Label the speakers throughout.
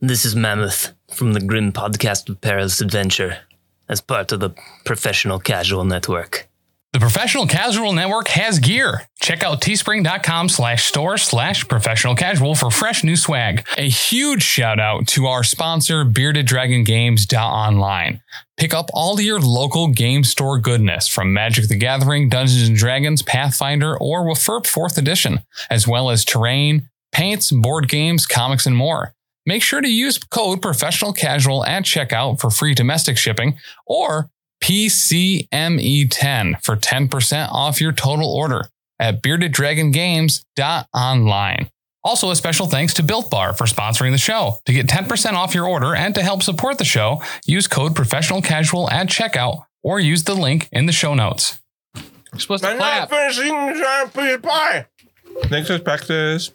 Speaker 1: This is Mammoth from the Grim Podcast of Perilous Adventure as part of the Professional Casual Network.
Speaker 2: The Professional Casual Network has gear. Check out teespring.com slash store slash professional casual for fresh new swag. A huge shout out to our sponsor, Bearded Dragon Games Online. Pick up all your local game store goodness from Magic the Gathering, Dungeons and Dragons, Pathfinder, or Wafurp 4th Edition, as well as terrain, paints, board games, comics, and more. Make sure to use code professional casual at checkout for free domestic shipping or PCME10 E for 10% off your total order at beardeddragongames.online. Also, a special thanks to Built Bar for sponsoring the show. To get 10% off your order and to help support the show, use code professional casual at checkout or use the link in the show notes. You're supposed to
Speaker 3: I'm not
Speaker 2: clap.
Speaker 3: finishing the giant piece of pie. Next week's practice.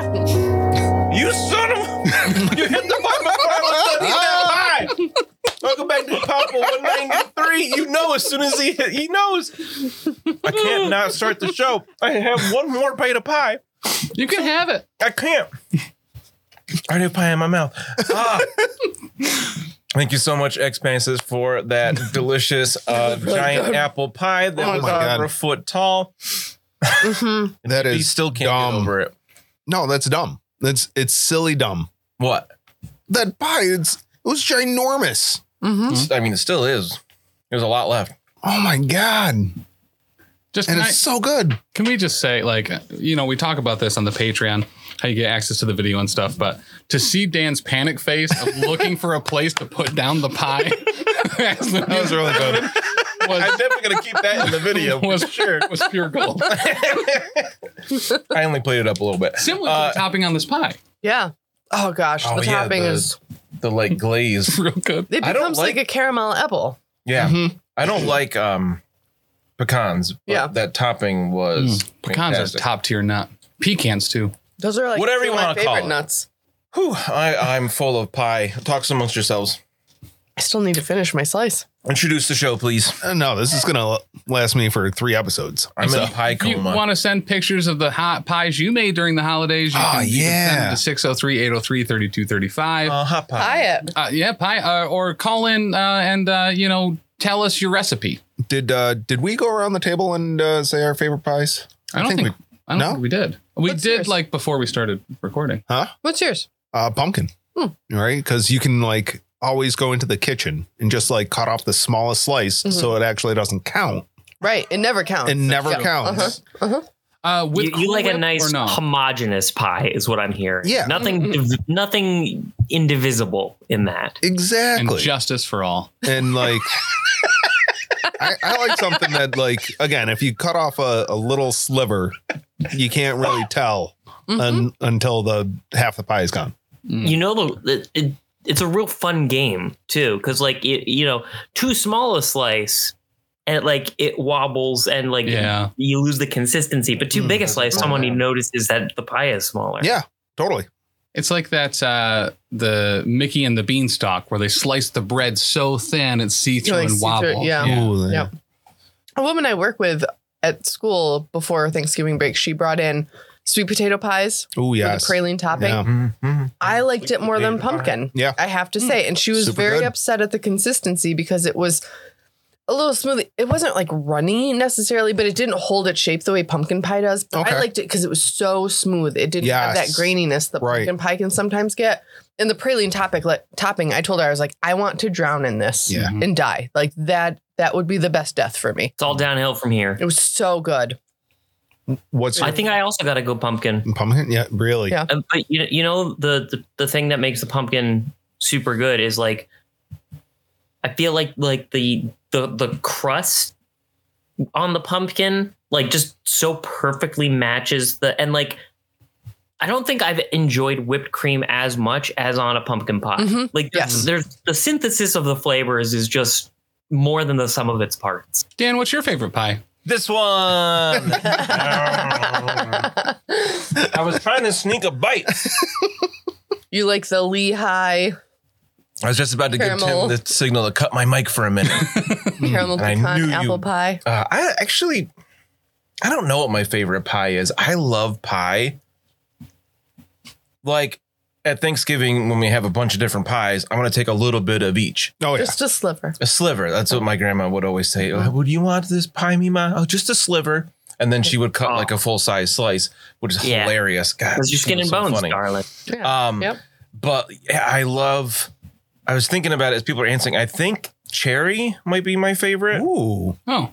Speaker 3: You son of a- You hit the button before I was done eating that pie! Welcome back to Pop 193. You know as soon as he hit, he knows. I can't not start the show. I have one more bite of pie.
Speaker 2: You can have it.
Speaker 3: I can't. I already have pie in my mouth. Ah. Thank you so much, Expanses, for that delicious uh, giant apple pie that
Speaker 4: Oh
Speaker 3: was
Speaker 4: my God.
Speaker 3: over a foot tall.
Speaker 4: That
Speaker 3: He
Speaker 4: is
Speaker 3: still can't
Speaker 4: dumb.
Speaker 3: get over it.
Speaker 4: no, that's dumb. That's it's silly dumb.
Speaker 3: What?
Speaker 4: That pie, it's it was ginormous. Hmm?
Speaker 3: I mean, it still is. There's a lot left.
Speaker 4: Oh my god, and
Speaker 2: Just
Speaker 4: it's
Speaker 2: can, I-
Speaker 4: so good.
Speaker 2: can we just say, like, you know, we talk about this on the Patreon, how you get access to the video and stuff, but to see Dan's panic face of looking for a place to put down the pie as the
Speaker 4: That was really good.
Speaker 3: I'm
Speaker 2: was,
Speaker 3: definitely gonna keep that in the video.
Speaker 2: was, was pure gold.
Speaker 3: I only played it up a little bit.
Speaker 2: Similar to
Speaker 3: Uh,
Speaker 2: the topping on this pie.
Speaker 5: Yeah. Oh gosh,
Speaker 3: Oh,
Speaker 5: the
Speaker 3: yeah,
Speaker 5: topping
Speaker 3: the-
Speaker 5: is
Speaker 3: the like glaze.
Speaker 2: Real good.
Speaker 5: it
Speaker 3: I don't
Speaker 5: becomes like,
Speaker 3: like-
Speaker 5: a caramel apple.
Speaker 3: Yeah,
Speaker 4: Mm-hmm.
Speaker 3: I don't like um pecans. but
Speaker 5: Yeah.
Speaker 3: that topping was
Speaker 4: Mm.
Speaker 2: Pecans is
Speaker 3: fantastic.
Speaker 2: top tier nut. Pecans, too.
Speaker 5: Those are like
Speaker 3: Whatever
Speaker 5: two
Speaker 3: you
Speaker 5: of my
Speaker 3: wanna
Speaker 5: favorite
Speaker 3: call it.
Speaker 5: nuts.
Speaker 3: Whew, I, I'm full of pie. Talks amongst yourselves.
Speaker 5: I still need to finish my slice.
Speaker 3: Introduce the show, please.
Speaker 4: Uh, no, this is gonna last me for three episodes.
Speaker 3: I'm in
Speaker 2: So,
Speaker 3: a pie
Speaker 2: if you
Speaker 3: coma.
Speaker 2: want to send pictures of the hot pies you made during the holidays, you,
Speaker 4: Oh,
Speaker 2: can, you can send
Speaker 4: yeah.
Speaker 2: them to 603 803 3235.
Speaker 3: uh, hot pie.
Speaker 5: Buy it.
Speaker 2: Uh, yeah, pie, uh, or call in uh, and uh, you know tell us your recipe.
Speaker 4: Did uh did we go around the table and uh, say our favorite pies?
Speaker 2: I don't
Speaker 4: think
Speaker 2: think, I don't
Speaker 4: no?
Speaker 2: think we did. We
Speaker 5: What's
Speaker 2: did
Speaker 5: yours?
Speaker 2: like before we started recording.
Speaker 4: Huh?
Speaker 5: What's yours?
Speaker 4: Uh, pumpkin.
Speaker 5: Hmm.
Speaker 4: Right, because you can like always go into the kitchen and just like cut off the smallest slice
Speaker 5: Mhm.
Speaker 4: so it actually doesn't count.
Speaker 5: Right. It never counts.
Speaker 4: It never
Speaker 5: Yeah.
Speaker 4: counts.
Speaker 5: Uh-huh.
Speaker 2: Uh, with
Speaker 6: you, you
Speaker 2: Cool
Speaker 6: like
Speaker 2: Whip
Speaker 6: a nice
Speaker 2: or no?
Speaker 6: homogenous pie is what I'm hearing.
Speaker 4: Yeah.
Speaker 6: Nothing div- nothing indivisible in that.
Speaker 4: Exactly.
Speaker 2: and justice for all.
Speaker 4: and like I, I like something that like again if you cut off a, a little sliver you can't really tell
Speaker 5: Mm-hmm.
Speaker 4: un, until the half the pie is gone
Speaker 2: Mm.
Speaker 6: You know the it, it, it's a real fun game too cuz like it, you know too small a slice and like it wobbles and like
Speaker 2: Yeah.
Speaker 6: you lose the consistency but too
Speaker 1: Mm.
Speaker 6: big a slice someone
Speaker 3: Yeah.
Speaker 6: notices that the pie is smaller.
Speaker 4: yeah totally
Speaker 2: It's like that uh, the Mickey and the Beanstalk where they slice the bread so thin it's see through
Speaker 5: Like
Speaker 2: and
Speaker 5: see-through,
Speaker 2: wobble.
Speaker 5: yeah.
Speaker 4: Ooh,
Speaker 5: Yeah. A woman I work with at school before Thanksgiving break, she brought in sweet potato pies
Speaker 4: oh
Speaker 5: with
Speaker 4: yes
Speaker 5: the praline topping.
Speaker 4: Yeah.
Speaker 3: Mhm.
Speaker 5: I liked it more than
Speaker 3: potato pie.
Speaker 5: pumpkin.
Speaker 4: Yeah.
Speaker 5: I have to say. And she was
Speaker 4: Super
Speaker 5: very
Speaker 4: good.
Speaker 5: upset at the consistency because it was a little smooth. It wasn't like runny necessarily, but it didn't hold its shape the way pumpkin pie does. But
Speaker 4: Okay.
Speaker 5: I liked it because it was so smooth. It didn't have that
Speaker 4: Yes.
Speaker 5: graininess that
Speaker 4: Right.
Speaker 5: pumpkin pie can sometimes get. And the praline topic like, topping, I told her I was like, I want to drown in this
Speaker 4: Yeah.
Speaker 5: and die. Like that that would be the best death for me.
Speaker 6: It's all downhill from here.
Speaker 5: It was so good.
Speaker 4: what's
Speaker 6: I think I also got to go pumpkin.
Speaker 4: pumpkin yeah really
Speaker 5: Yeah.
Speaker 6: Uh, but you, you know the, the the thing that makes the pumpkin super good is like I feel like like the the the crust on the pumpkin like just so perfectly matches the and like I don't think I've enjoyed whipped cream as much as on a pumpkin pie.
Speaker 5: Mhm.
Speaker 6: Like there's,
Speaker 5: Yes.
Speaker 6: there's the synthesis of the flavors is just more than the sum of its parts.
Speaker 2: Dan, what's your favorite pie?
Speaker 3: This one. I was trying to sneak a bite.
Speaker 5: You like the Lehigh
Speaker 3: I was just about to
Speaker 5: Caramel.
Speaker 3: give Tim the signal to cut my mic for a minute.
Speaker 4: Hmm.
Speaker 5: caramel
Speaker 3: And I
Speaker 5: pecan
Speaker 3: knew you-
Speaker 5: apple pie.
Speaker 3: Uh, I actually, I don't know what my favorite pie is. I love pie. Like at Thanksgiving, when we have a bunch of different pies, I'm gonna take a little bit of each.
Speaker 4: Oh yeah.
Speaker 5: Just a sliver.
Speaker 3: A sliver. That's what my grandma would always say. "Uh, Would you want this pie, Mima? Oh, just a sliver. And then she would cut like a full size slice, which is
Speaker 6: Yeah.
Speaker 3: hilarious. God,
Speaker 6: Because you're
Speaker 3: she
Speaker 6: skin
Speaker 3: was
Speaker 6: and
Speaker 3: so
Speaker 6: bones,
Speaker 3: funny.
Speaker 6: darling.
Speaker 5: Yeah.
Speaker 3: Um,
Speaker 5: yep.
Speaker 3: but yeah, I love. I was thinking about it as people are answering. I think cherry might be my favorite.
Speaker 4: Ooh.
Speaker 7: Oh,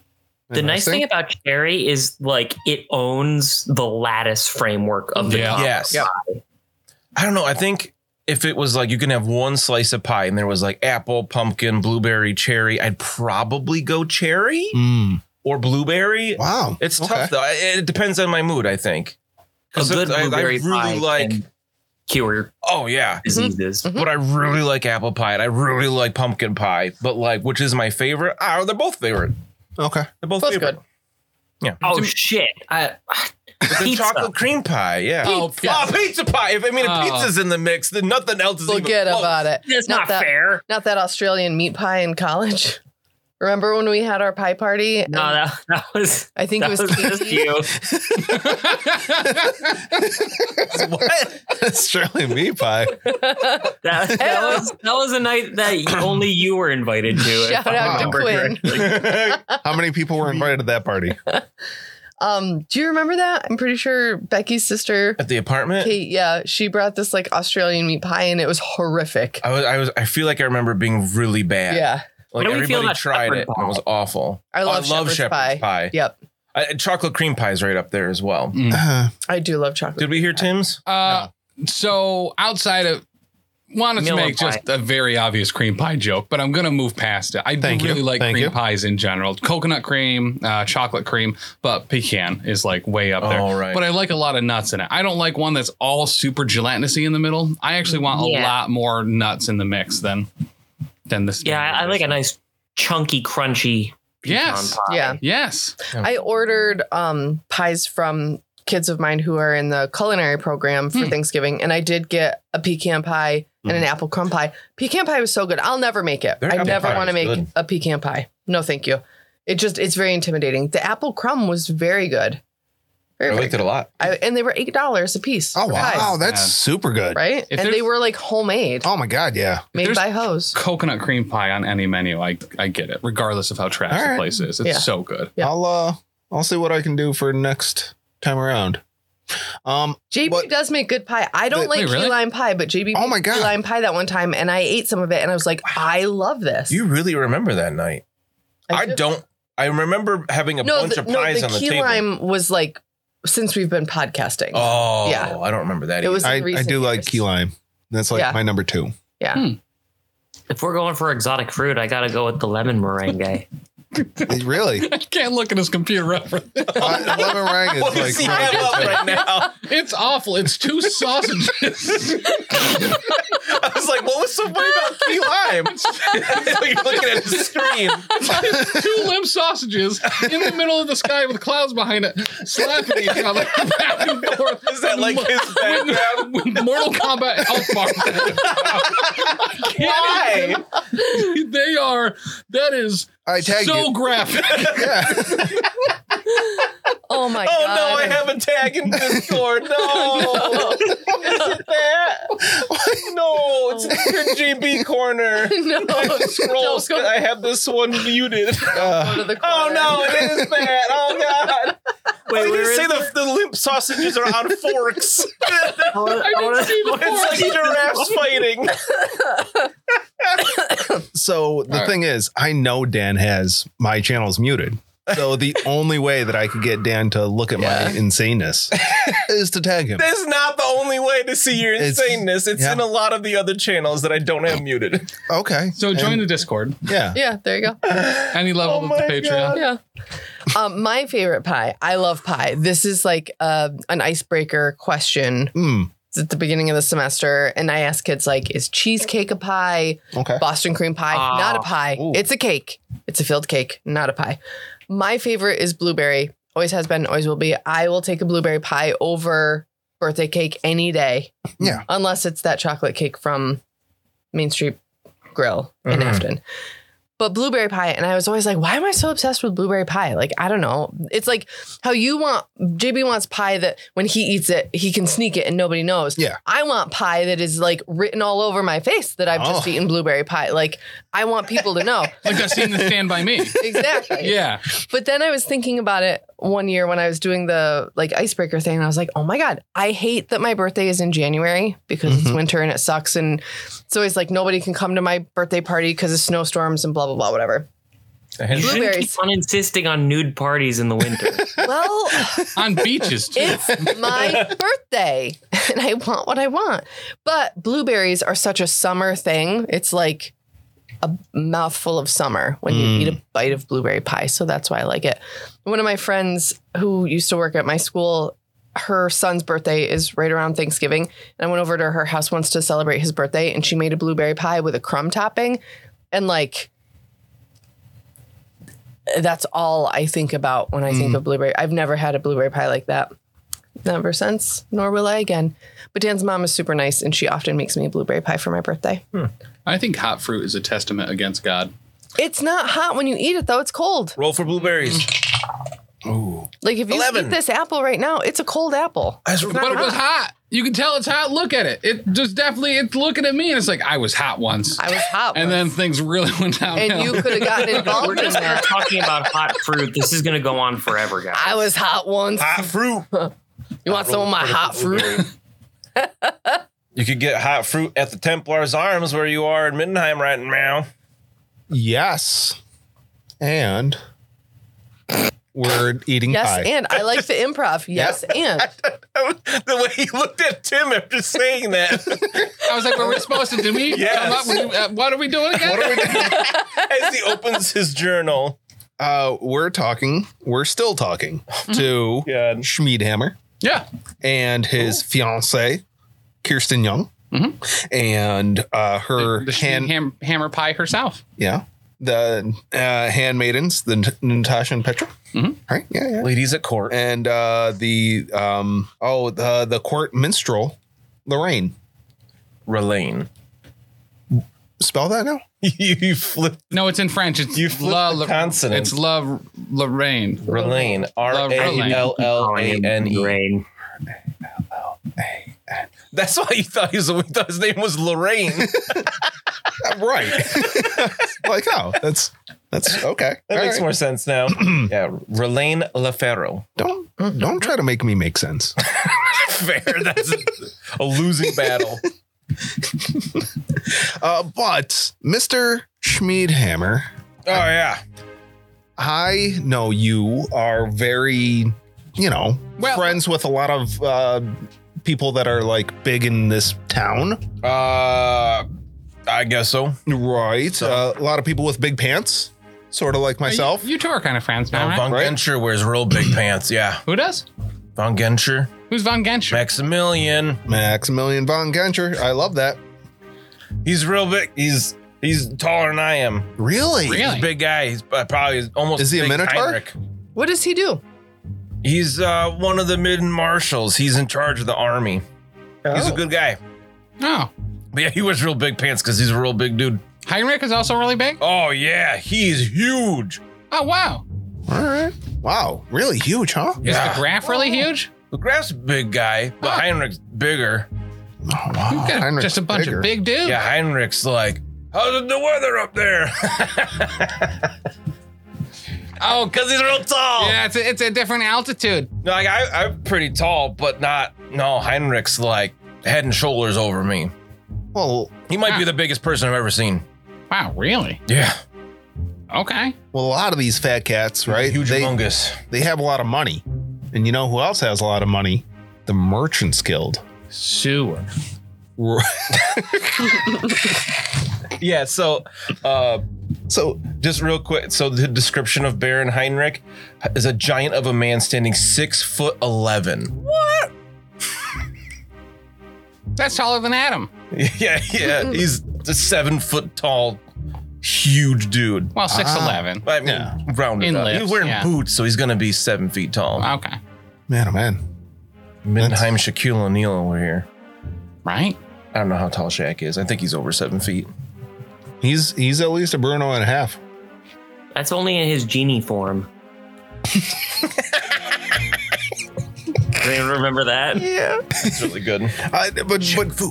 Speaker 6: The nice thing about Cherry is like it owns the lattice framework of the
Speaker 7: Yeah.
Speaker 6: pie.
Speaker 3: Yes.
Speaker 5: Yep.
Speaker 3: I don't know. I think if it was like you can have one slice of pie and there was like apple, pumpkin, blueberry, cherry, I'd probably go cherry
Speaker 4: Mm.
Speaker 3: or blueberry.
Speaker 4: Wow.
Speaker 3: It's
Speaker 4: Okay.
Speaker 3: tough though. I- It depends on my mood. I think.
Speaker 6: A
Speaker 3: 'Cause
Speaker 6: good
Speaker 3: I- I
Speaker 6: blueberry
Speaker 3: really
Speaker 6: pie
Speaker 3: like-
Speaker 6: can cure
Speaker 3: Oh yeah.
Speaker 5: Mm-hmm.
Speaker 6: diseases.
Speaker 3: But I really like apple pie and I really like pumpkin pie. But like, which is my favorite? Ah, they're both favorite.
Speaker 4: Okay.
Speaker 3: They're both,
Speaker 5: Both
Speaker 3: favorite.
Speaker 5: good.
Speaker 6: Oh shit! I,
Speaker 3: But the
Speaker 6: Pizza.
Speaker 3: chocolate cream pie, yeah.
Speaker 7: Oh,
Speaker 5: Pizza.
Speaker 3: Oh, pizza pie. If I mean,
Speaker 7: Oh.
Speaker 3: if pizza's in the mix, then nothing else is
Speaker 5: Forget
Speaker 3: even close.
Speaker 5: about it.
Speaker 6: that's not,
Speaker 5: that,
Speaker 6: fair.
Speaker 5: Not that Australian meat pie in college. Remember when we had our pie party?
Speaker 6: No,
Speaker 5: and
Speaker 6: that, that was
Speaker 5: I think it
Speaker 6: that
Speaker 5: was,
Speaker 6: was just
Speaker 5: Katie.
Speaker 6: you.
Speaker 4: what? Australian meat pie.
Speaker 6: That, that
Speaker 5: Ew.
Speaker 6: was that was a night that only you were invited to. if
Speaker 5: Shout
Speaker 6: I
Speaker 5: out to
Speaker 6: remember
Speaker 5: Quinn.
Speaker 6: correctly.
Speaker 4: How many people were invited to that party?
Speaker 5: Um, do you remember that? I'm pretty sure Becky's sister,
Speaker 3: At the apartment,
Speaker 5: Kate, yeah, she brought this like Australian meat pie and it was horrific.
Speaker 3: I was, I was, I feel like I remember being really bad.
Speaker 5: Yeah.
Speaker 3: Like
Speaker 6: What do we feel
Speaker 3: everybody
Speaker 6: about
Speaker 3: tried
Speaker 6: shepherd
Speaker 3: it and it was awful.
Speaker 5: I love shepherd's pie. Mm. Yep.
Speaker 3: I- and chocolate cream pie is right up there as well.
Speaker 4: Uh,
Speaker 5: I do love chocolate.
Speaker 3: Did we hear Tim's?
Speaker 7: Uh, so outside of wanted
Speaker 6: Meal
Speaker 7: to
Speaker 6: and
Speaker 7: make
Speaker 6: pie.
Speaker 7: just a very obvious cream pie joke, but I'm gonna move past it. I do
Speaker 4: Thank you.
Speaker 7: really like
Speaker 4: Thank
Speaker 7: cream
Speaker 4: you.
Speaker 7: pies in general. Coconut cream, uh, chocolate cream, but pecan is like way up there.
Speaker 3: All right.
Speaker 7: But I like a lot of nuts in it. I don't like one that's all super gelatinousy in the middle. I actually want a
Speaker 6: Yeah.
Speaker 7: lot more nuts in the mix than than this.
Speaker 6: Yeah, I, I like a nice chunky, crunchy. pecan
Speaker 7: Yes.
Speaker 6: pie.
Speaker 5: Yeah.
Speaker 7: Yes.
Speaker 5: I ordered um, pies from kids of mine who are in the culinary program for
Speaker 7: Hmm.
Speaker 5: Thanksgiving, and I did get a pecan pie and an apple crumb pie. Pecan pie was so good. I'll never make it.
Speaker 3: Their
Speaker 5: I
Speaker 3: apple
Speaker 5: never
Speaker 3: pie
Speaker 5: want to
Speaker 3: is
Speaker 5: make
Speaker 3: good.
Speaker 5: a pecan pie. No, thank you. It just it's very intimidating. The apple crumb was very good.
Speaker 3: I
Speaker 5: Very, very
Speaker 3: liked it a lot.
Speaker 5: I, and they were eight dollars a piece.
Speaker 4: oh
Speaker 5: for
Speaker 4: wow,
Speaker 5: pies,
Speaker 4: that's
Speaker 7: Yeah.
Speaker 4: super good.
Speaker 5: right?
Speaker 7: If
Speaker 5: and they
Speaker 7: there's-
Speaker 5: were like homemade,
Speaker 4: Oh my god, yeah.
Speaker 5: made
Speaker 7: there's-
Speaker 5: by hoes.
Speaker 7: Coconut cream pie on any menu. I I get it, regardless of how trash
Speaker 4: All
Speaker 7: the
Speaker 4: right.
Speaker 7: place is. It's
Speaker 5: Yeah.
Speaker 7: so good.
Speaker 5: Yeah.
Speaker 4: I'll uh I'll see what I can do for next time around. Um
Speaker 5: JB
Speaker 4: What-
Speaker 5: does make good pie. I don't
Speaker 4: Wait,
Speaker 5: like
Speaker 7: wait,
Speaker 5: key
Speaker 7: really?
Speaker 5: lime pie, but JB
Speaker 4: Oh
Speaker 5: made
Speaker 4: my God.
Speaker 5: key lime pie that one time, and I ate some of it, and I was like, I love this.
Speaker 3: You really remember that night? I,
Speaker 5: do.
Speaker 3: don't. I remember having a bunch of pies on the
Speaker 5: key
Speaker 3: table.
Speaker 5: lime was like since we've been podcasting.
Speaker 3: Oh,
Speaker 5: Yeah.
Speaker 3: I don't remember that.
Speaker 5: it
Speaker 3: either.
Speaker 5: was. in
Speaker 4: I, I
Speaker 5: recent
Speaker 4: do like
Speaker 5: years.
Speaker 4: key lime. That's like
Speaker 5: Yeah.
Speaker 4: my number two.
Speaker 6: If we're going for exotic fruit, I gotta go with the lemon meringue.
Speaker 4: really?
Speaker 7: I can't look at his computer ever.
Speaker 4: Uh, lemon meringue is
Speaker 3: What
Speaker 4: like
Speaker 3: is he have
Speaker 4: really good,
Speaker 3: up
Speaker 4: too.
Speaker 3: right now?
Speaker 7: It's awful. It's two sausages.
Speaker 3: I was like, what was so funny about key lime? It's like looking at his screen.
Speaker 7: two limp sausages in the middle of the sky with clouds behind it, slapping each other back and forth.
Speaker 3: Is that like his background?
Speaker 7: With Mortal Kombat Alpha.
Speaker 3: Why?
Speaker 7: They are. That is
Speaker 4: I tagged
Speaker 7: so
Speaker 4: you.
Speaker 7: graphic.
Speaker 4: Yeah.
Speaker 5: Oh my
Speaker 3: Oh
Speaker 5: god!
Speaker 3: no, I have a tag in Discord. No. Is it that? No, it's in your JB corner.
Speaker 5: no
Speaker 3: Scroll.
Speaker 5: Don't go-
Speaker 3: I have this one muted.
Speaker 4: Uh,
Speaker 5: to
Speaker 3: Oh
Speaker 5: the corner.
Speaker 3: no, it is that. Oh god. Wait,
Speaker 6: Wait,
Speaker 3: did
Speaker 6: where
Speaker 3: you
Speaker 6: is
Speaker 3: say the, the limp sausages are on forks?
Speaker 6: I wanna- I
Speaker 7: I
Speaker 6: wanna-
Speaker 7: didn't see the fork.
Speaker 3: it's like giraffes fighting.
Speaker 4: so the
Speaker 7: All right.
Speaker 4: thing is, I know Dan has my channels muted. So the only way that I could get Dan to look at
Speaker 5: Yeah.
Speaker 4: my insaneness is to tag him.
Speaker 3: That's not the only way to see your
Speaker 4: It's-
Speaker 3: insaneness. It's
Speaker 4: yeah.
Speaker 3: in a lot of the other channels that I don't have muted.
Speaker 4: Okay.
Speaker 7: So join
Speaker 4: And-
Speaker 7: the Discord,
Speaker 4: Yeah.
Speaker 5: Yeah, there you go.
Speaker 7: any level
Speaker 3: Oh
Speaker 7: of
Speaker 3: my
Speaker 7: the Patreon.
Speaker 5: Yeah. Um, my favorite pie. I love pie. This is like uh, an icebreaker question
Speaker 4: Mm,
Speaker 5: It's at the beginning of the semester, and I ask kids like, "Is cheesecake a pie?
Speaker 4: okay.
Speaker 5: Boston cream pie?
Speaker 6: Ah.
Speaker 5: not a pie.
Speaker 4: Ooh.
Speaker 5: It's a cake. It's a filled cake, not a pie." My favorite is blueberry. Always has been, always will be. I will take a blueberry pie over birthday cake any day.
Speaker 4: Yeah. Mm-hmm.
Speaker 5: unless it's that chocolate cake from Main Street Grill in
Speaker 3: Mhm.
Speaker 5: Afton. but blueberry pie. And I was always like, why am I so obsessed with blueberry pie? Like, I don't know. It's like how you want, JB wants pie that when he eats it, he can sneak it and nobody knows.
Speaker 4: Yeah.
Speaker 5: I want pie that is like written all over my face that I've just
Speaker 4: Oh.
Speaker 5: eaten blueberry pie. Like, I want people to know.
Speaker 7: Like that scene in Stand By Me.
Speaker 5: exactly.
Speaker 7: Yeah.
Speaker 5: But then I was thinking about it one year when I was doing the like icebreaker thing, and I was like, oh my God, I hate that my birthday is in January because it's
Speaker 4: Mhm.
Speaker 5: winter and it sucks. And it's always like nobody can come to my birthday party because of snowstorms and blah, blah, blah, whatever.
Speaker 6: You shouldn't
Speaker 5: Blueberries.
Speaker 6: keep on insisting on nude parties in the winter.
Speaker 5: Well,
Speaker 7: On beaches, too.
Speaker 5: it's my birthday and I want what I want. But blueberries are such a summer thing. It's like a mouthful of summer when you eat a bite of blueberry pie. So that's why I like it. One of my friends who used to work at my school, her son's birthday is right around Thanksgiving. And I went over to her house once to celebrate his birthday and she made a blueberry pie with a crumb topping. And like, that's all I think about when I think of blueberry. I've never had a blueberry pie like that. Never since, nor will I again. But Dan's mom is super nice and she often makes me a blueberry pie for my birthday.
Speaker 7: I think hot fruit is a testament against God.
Speaker 5: It's not hot when you eat it though, it's cold.
Speaker 3: Roll for blueberries.
Speaker 5: Like if you eat
Speaker 3: Eleven.
Speaker 5: this apple right now, it's a cold apple.
Speaker 3: I was
Speaker 7: But it
Speaker 3: remember
Speaker 7: was hot. You can tell it's hot. Look at it. It just definitely, it's looking at me and it's like, I was hot once.
Speaker 5: I was hot.
Speaker 7: and then things really went downhill.
Speaker 5: and you could have gotten
Speaker 6: We're
Speaker 5: involved in
Speaker 6: just we're
Speaker 5: that.
Speaker 6: talking about hot fruit. This is going to go on forever, guys.
Speaker 5: I was hot once.
Speaker 3: hot fruit.
Speaker 5: You want some of my hot fruit?
Speaker 3: you could get hot fruit at the Templar's Arms where you are in Mindenheim right now.
Speaker 4: Yes. And we're eating
Speaker 5: Yes,
Speaker 4: pie.
Speaker 5: and I like the improv. Yes, and
Speaker 3: the way he looked at Tim after saying that,
Speaker 7: I was like, were we supposed to? Did we?
Speaker 3: Yes.
Speaker 7: come up with- uh, what are we doing again?
Speaker 3: as he opens his journal.
Speaker 4: uh, we're talking, we're still talking to
Speaker 3: God.
Speaker 4: Schmiedhammer
Speaker 7: yeah.
Speaker 4: and his fiancee, Kirsten Young,
Speaker 5: Mm-hmm.
Speaker 4: and uh, her
Speaker 7: The
Speaker 4: hand,
Speaker 7: hand, ham, hammer pie herself.
Speaker 4: yeah, the uh, handmaidens, the N- Natasha and Petra,
Speaker 5: Mm-hmm.
Speaker 4: right? Yeah, yeah.
Speaker 3: Ladies at court.
Speaker 4: And uh, the um, oh, the the court minstrel, Lorraine.
Speaker 3: Relaine.
Speaker 4: Spell that now.
Speaker 3: you flipped
Speaker 7: No, it's in French. It's
Speaker 3: You flipped the consonant.
Speaker 7: It's La Lorraine.
Speaker 3: Relaine. R
Speaker 7: Love Relaine.
Speaker 3: A L L
Speaker 6: calling
Speaker 3: A
Speaker 6: him
Speaker 3: N E.
Speaker 6: Lorraine.
Speaker 3: That's why you thought his, we thought his name was Lorraine.
Speaker 4: Right. like oh, that's that's okay.
Speaker 3: That
Speaker 4: All
Speaker 3: makes
Speaker 4: right.
Speaker 3: more sense now. yeah, Relaine Leferro.
Speaker 4: Don't don't try to make me make sense.
Speaker 3: Fair. That's a, a losing battle.
Speaker 4: Uh, but Mr. Schmiedhammer,
Speaker 3: Oh yeah.
Speaker 4: I know you are very, you know,
Speaker 7: Well-
Speaker 4: friends with a lot of uh, people that are like big in this town,
Speaker 3: Uh, I guess so.
Speaker 4: right? Uh, a lot of people with big pants, sort of like myself.
Speaker 7: You, you two are kind of friends now,
Speaker 3: Oh,
Speaker 7: right?
Speaker 3: Von
Speaker 4: Right.
Speaker 3: Genscher wears real big pants. Yeah.
Speaker 7: Who does?
Speaker 3: Von Genscher,
Speaker 7: Who's Von Genscher?
Speaker 3: Maximilian.
Speaker 4: Maximilian von Genscher, I love that.
Speaker 3: He's real big. He's he's taller than I am.
Speaker 4: Really?
Speaker 7: Really?
Speaker 3: He's a big guy. He's probably almost.
Speaker 4: Is he a
Speaker 3: big as
Speaker 4: Minotaur?
Speaker 3: Heinrich.
Speaker 5: what does he do?
Speaker 3: He's uh, one of the mid marshals. He's in charge of the army. He's a good guy.
Speaker 7: Oh.
Speaker 3: But yeah, he wears real big pants because he's a real big dude.
Speaker 7: Heinrich is also really big.
Speaker 3: Oh yeah, he's huge.
Speaker 7: Oh wow.
Speaker 4: All right. Wow, really huge, huh?
Speaker 7: Is the graph really
Speaker 5: Oh.
Speaker 7: huge?
Speaker 3: The Graf's a big guy, but
Speaker 7: Huh.
Speaker 3: Heinrich's bigger.
Speaker 4: Oh, wow.
Speaker 7: You've got
Speaker 4: Heinrich's
Speaker 7: just a bunch
Speaker 4: bigger.
Speaker 7: of big dudes.
Speaker 3: Yeah, Heinrich's like, how's the weather up there?
Speaker 7: Oh,
Speaker 3: Because he's real tall.
Speaker 7: yeah. It's a, it's a different altitude.
Speaker 3: No, Like I, I'm pretty tall, but not. No, Heinrich's like head and shoulders over me.
Speaker 4: Well,
Speaker 3: He might
Speaker 7: Huh.
Speaker 3: be the biggest person I've ever seen.
Speaker 7: Wow. Really?
Speaker 3: Ah. Yeah,
Speaker 7: Okay.
Speaker 4: well, a lot of these fat cats, right?
Speaker 3: huge,
Speaker 4: they,
Speaker 3: humongous.
Speaker 4: they have a lot of money. And you know who else has a lot of money? The Merchants Guild.
Speaker 7: Sewer.
Speaker 3: Yeah. So, uh,
Speaker 4: So
Speaker 3: just real quick. So the description of Baron Heinrich is a giant of a man standing six foot eleven.
Speaker 7: That's taller than Adam.
Speaker 3: Yeah, yeah. He's a seven foot tall, huge dude.
Speaker 7: Well, six
Speaker 4: Ah.
Speaker 7: eleven.
Speaker 3: I mean,
Speaker 4: Yeah.
Speaker 3: rounded
Speaker 7: In
Speaker 3: up.
Speaker 7: lips,
Speaker 3: He's wearing
Speaker 7: yeah.
Speaker 3: boots, so he's gonna be seven feet tall.
Speaker 7: Okay.
Speaker 4: man, oh man.
Speaker 3: Mindenheim Shaquille O'Neal over here.
Speaker 7: Right.
Speaker 3: I don't know how tall Shaq is. I think he's over seven feet.
Speaker 4: He's he's at least a Bruno and a half.
Speaker 6: That's only in his genie form. Anyone remember that?
Speaker 5: Yeah.
Speaker 3: It's really good.
Speaker 4: I, but but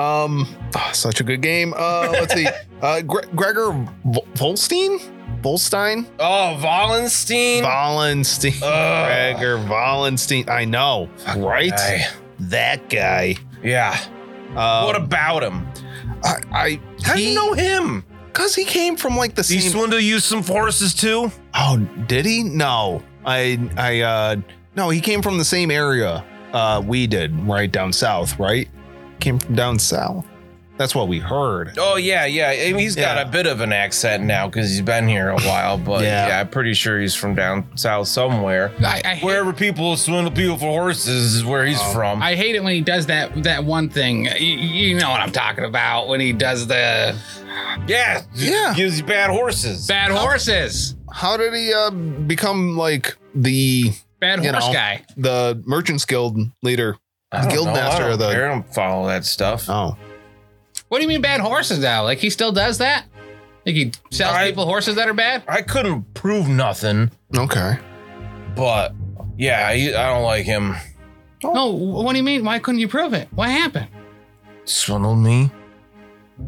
Speaker 4: um, oh, such a good game. Uh, let's see. Uh, Gre- Gregor Vol- Volstein, Volstein,
Speaker 3: Oh, Wallenstein.
Speaker 4: Volenstein,
Speaker 3: Ugh.
Speaker 4: Gregor Volenstein. I know, right?
Speaker 3: guy.
Speaker 4: That guy.
Speaker 3: Yeah.
Speaker 4: Um,
Speaker 3: what about him?
Speaker 4: I, I
Speaker 3: How do you know him?
Speaker 4: Because he came from like the
Speaker 3: Did he
Speaker 4: same.
Speaker 3: swindle you some forces too?
Speaker 4: oh, did he? No, I I uh no, he came from the same area uh we did right down south, right? Came from down south. That's what we heard.
Speaker 3: Oh yeah, yeah. I mean, he's
Speaker 4: Yeah.
Speaker 3: got a bit of an accent now because he's been here a while. But
Speaker 4: Yeah.
Speaker 3: yeah. I'm pretty sure he's from down south somewhere.
Speaker 2: I, I, hate,
Speaker 3: Wherever people swindle people for horses is where he's from.
Speaker 2: I hate it when he does that that one thing. You, you know what I'm talking about when he does the
Speaker 3: yeah,
Speaker 4: Yeah.
Speaker 3: Gives you bad horses.
Speaker 2: bad
Speaker 4: Oh.
Speaker 2: horses,
Speaker 4: How did he uh become like the
Speaker 2: bad
Speaker 4: You
Speaker 2: horse
Speaker 4: know.
Speaker 2: guy.
Speaker 4: the merchants guild leader?
Speaker 3: I don't
Speaker 4: Guild
Speaker 3: know.
Speaker 4: master
Speaker 3: I don't
Speaker 4: of the-
Speaker 3: care. I don't follow that stuff.
Speaker 4: Oh,
Speaker 2: What do you mean bad horses now? Like he still does that? Like he sells
Speaker 3: I-
Speaker 2: people horses that are bad?
Speaker 3: I couldn't prove nothing,
Speaker 4: okay.
Speaker 3: but yeah, he, I don't like him. Oh.
Speaker 2: No, what do you mean? Why couldn't you prove it? What happened?
Speaker 3: Swindled me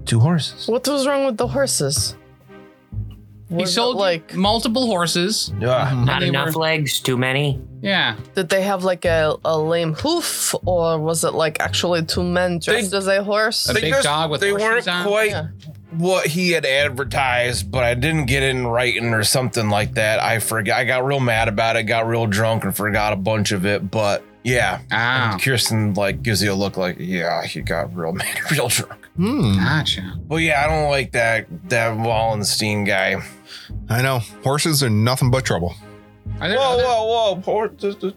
Speaker 3: two horses.
Speaker 5: What was wrong with the horses?
Speaker 2: He
Speaker 5: Was it
Speaker 2: sold
Speaker 5: like
Speaker 2: like multiple horses.
Speaker 3: Yeah.
Speaker 6: Not
Speaker 2: They
Speaker 6: enough
Speaker 2: were-
Speaker 6: legs, too many.
Speaker 2: Yeah.
Speaker 5: did they have like a, a lame hoof or was it like actually two men dressed as a horse?
Speaker 2: Big
Speaker 3: just-
Speaker 2: dog with
Speaker 3: they
Speaker 2: horse
Speaker 3: weren't
Speaker 2: shoes on?
Speaker 3: quite
Speaker 5: Yeah.
Speaker 3: what he had advertised, but I didn't get it in writing or something like that. I forgot. I got real mad about it, got real drunk, and forgot a bunch of it. But yeah,
Speaker 2: Oh,
Speaker 3: Kirsten like gives you a look like, yeah, he got real mad, real drunk.
Speaker 4: Hmm.
Speaker 2: gotcha.
Speaker 3: But yeah, I don't like that that Wallenstein guy.
Speaker 4: I know horses are nothing but trouble.
Speaker 2: Are there
Speaker 3: Whoa,
Speaker 2: other-
Speaker 3: whoa, whoa! Hor- th- th-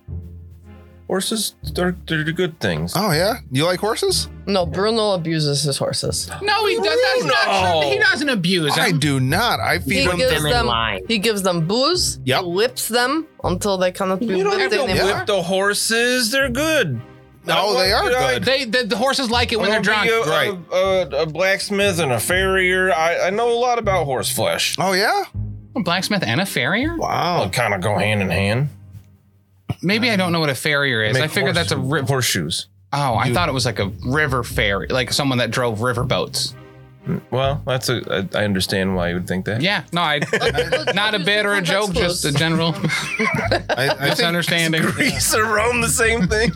Speaker 3: Horses, they're, they're good things.
Speaker 4: Oh yeah, you like horses?
Speaker 5: No, Bruno abuses his horses.
Speaker 2: No, he does. That's not true.
Speaker 3: Bruno!
Speaker 2: He doesn't abuse.
Speaker 4: I
Speaker 2: them.
Speaker 4: do not. I
Speaker 5: He
Speaker 4: feed them.
Speaker 5: gives
Speaker 6: them in
Speaker 5: them
Speaker 6: line.
Speaker 5: he gives them booze,
Speaker 4: Yep.
Speaker 5: he whips them until they cannot be
Speaker 3: You don't have
Speaker 5: whipped
Speaker 3: to
Speaker 5: anymore.
Speaker 4: Yeah.
Speaker 3: whip the horses. They're good.
Speaker 4: No,
Speaker 3: I
Speaker 4: Oh, they
Speaker 3: want-
Speaker 4: are
Speaker 3: I-
Speaker 4: good.
Speaker 2: They the, the horses like it when they're
Speaker 3: I'm gonna
Speaker 2: drunk.
Speaker 3: be
Speaker 4: drunk.
Speaker 3: A, a, a, a blacksmith and a farrier. I, I know a lot about horse flesh.
Speaker 4: Oh yeah.
Speaker 2: A blacksmith and a farrier?
Speaker 4: Wow.
Speaker 3: kind of go hand in hand.
Speaker 2: Maybe I don't know what a farrier is.
Speaker 3: Make
Speaker 2: I figured that's a
Speaker 3: horse-
Speaker 2: ri-
Speaker 3: horseshoes.
Speaker 2: Oh, I thought it was like a river ferry, like someone that drove river boats.
Speaker 3: Well, that's a. I, I understand why you would think that.
Speaker 2: Yeah, no, I not a bit or a joke, just a general
Speaker 4: I, I think
Speaker 2: misunderstanding.
Speaker 3: Greece or Rome, the same thing.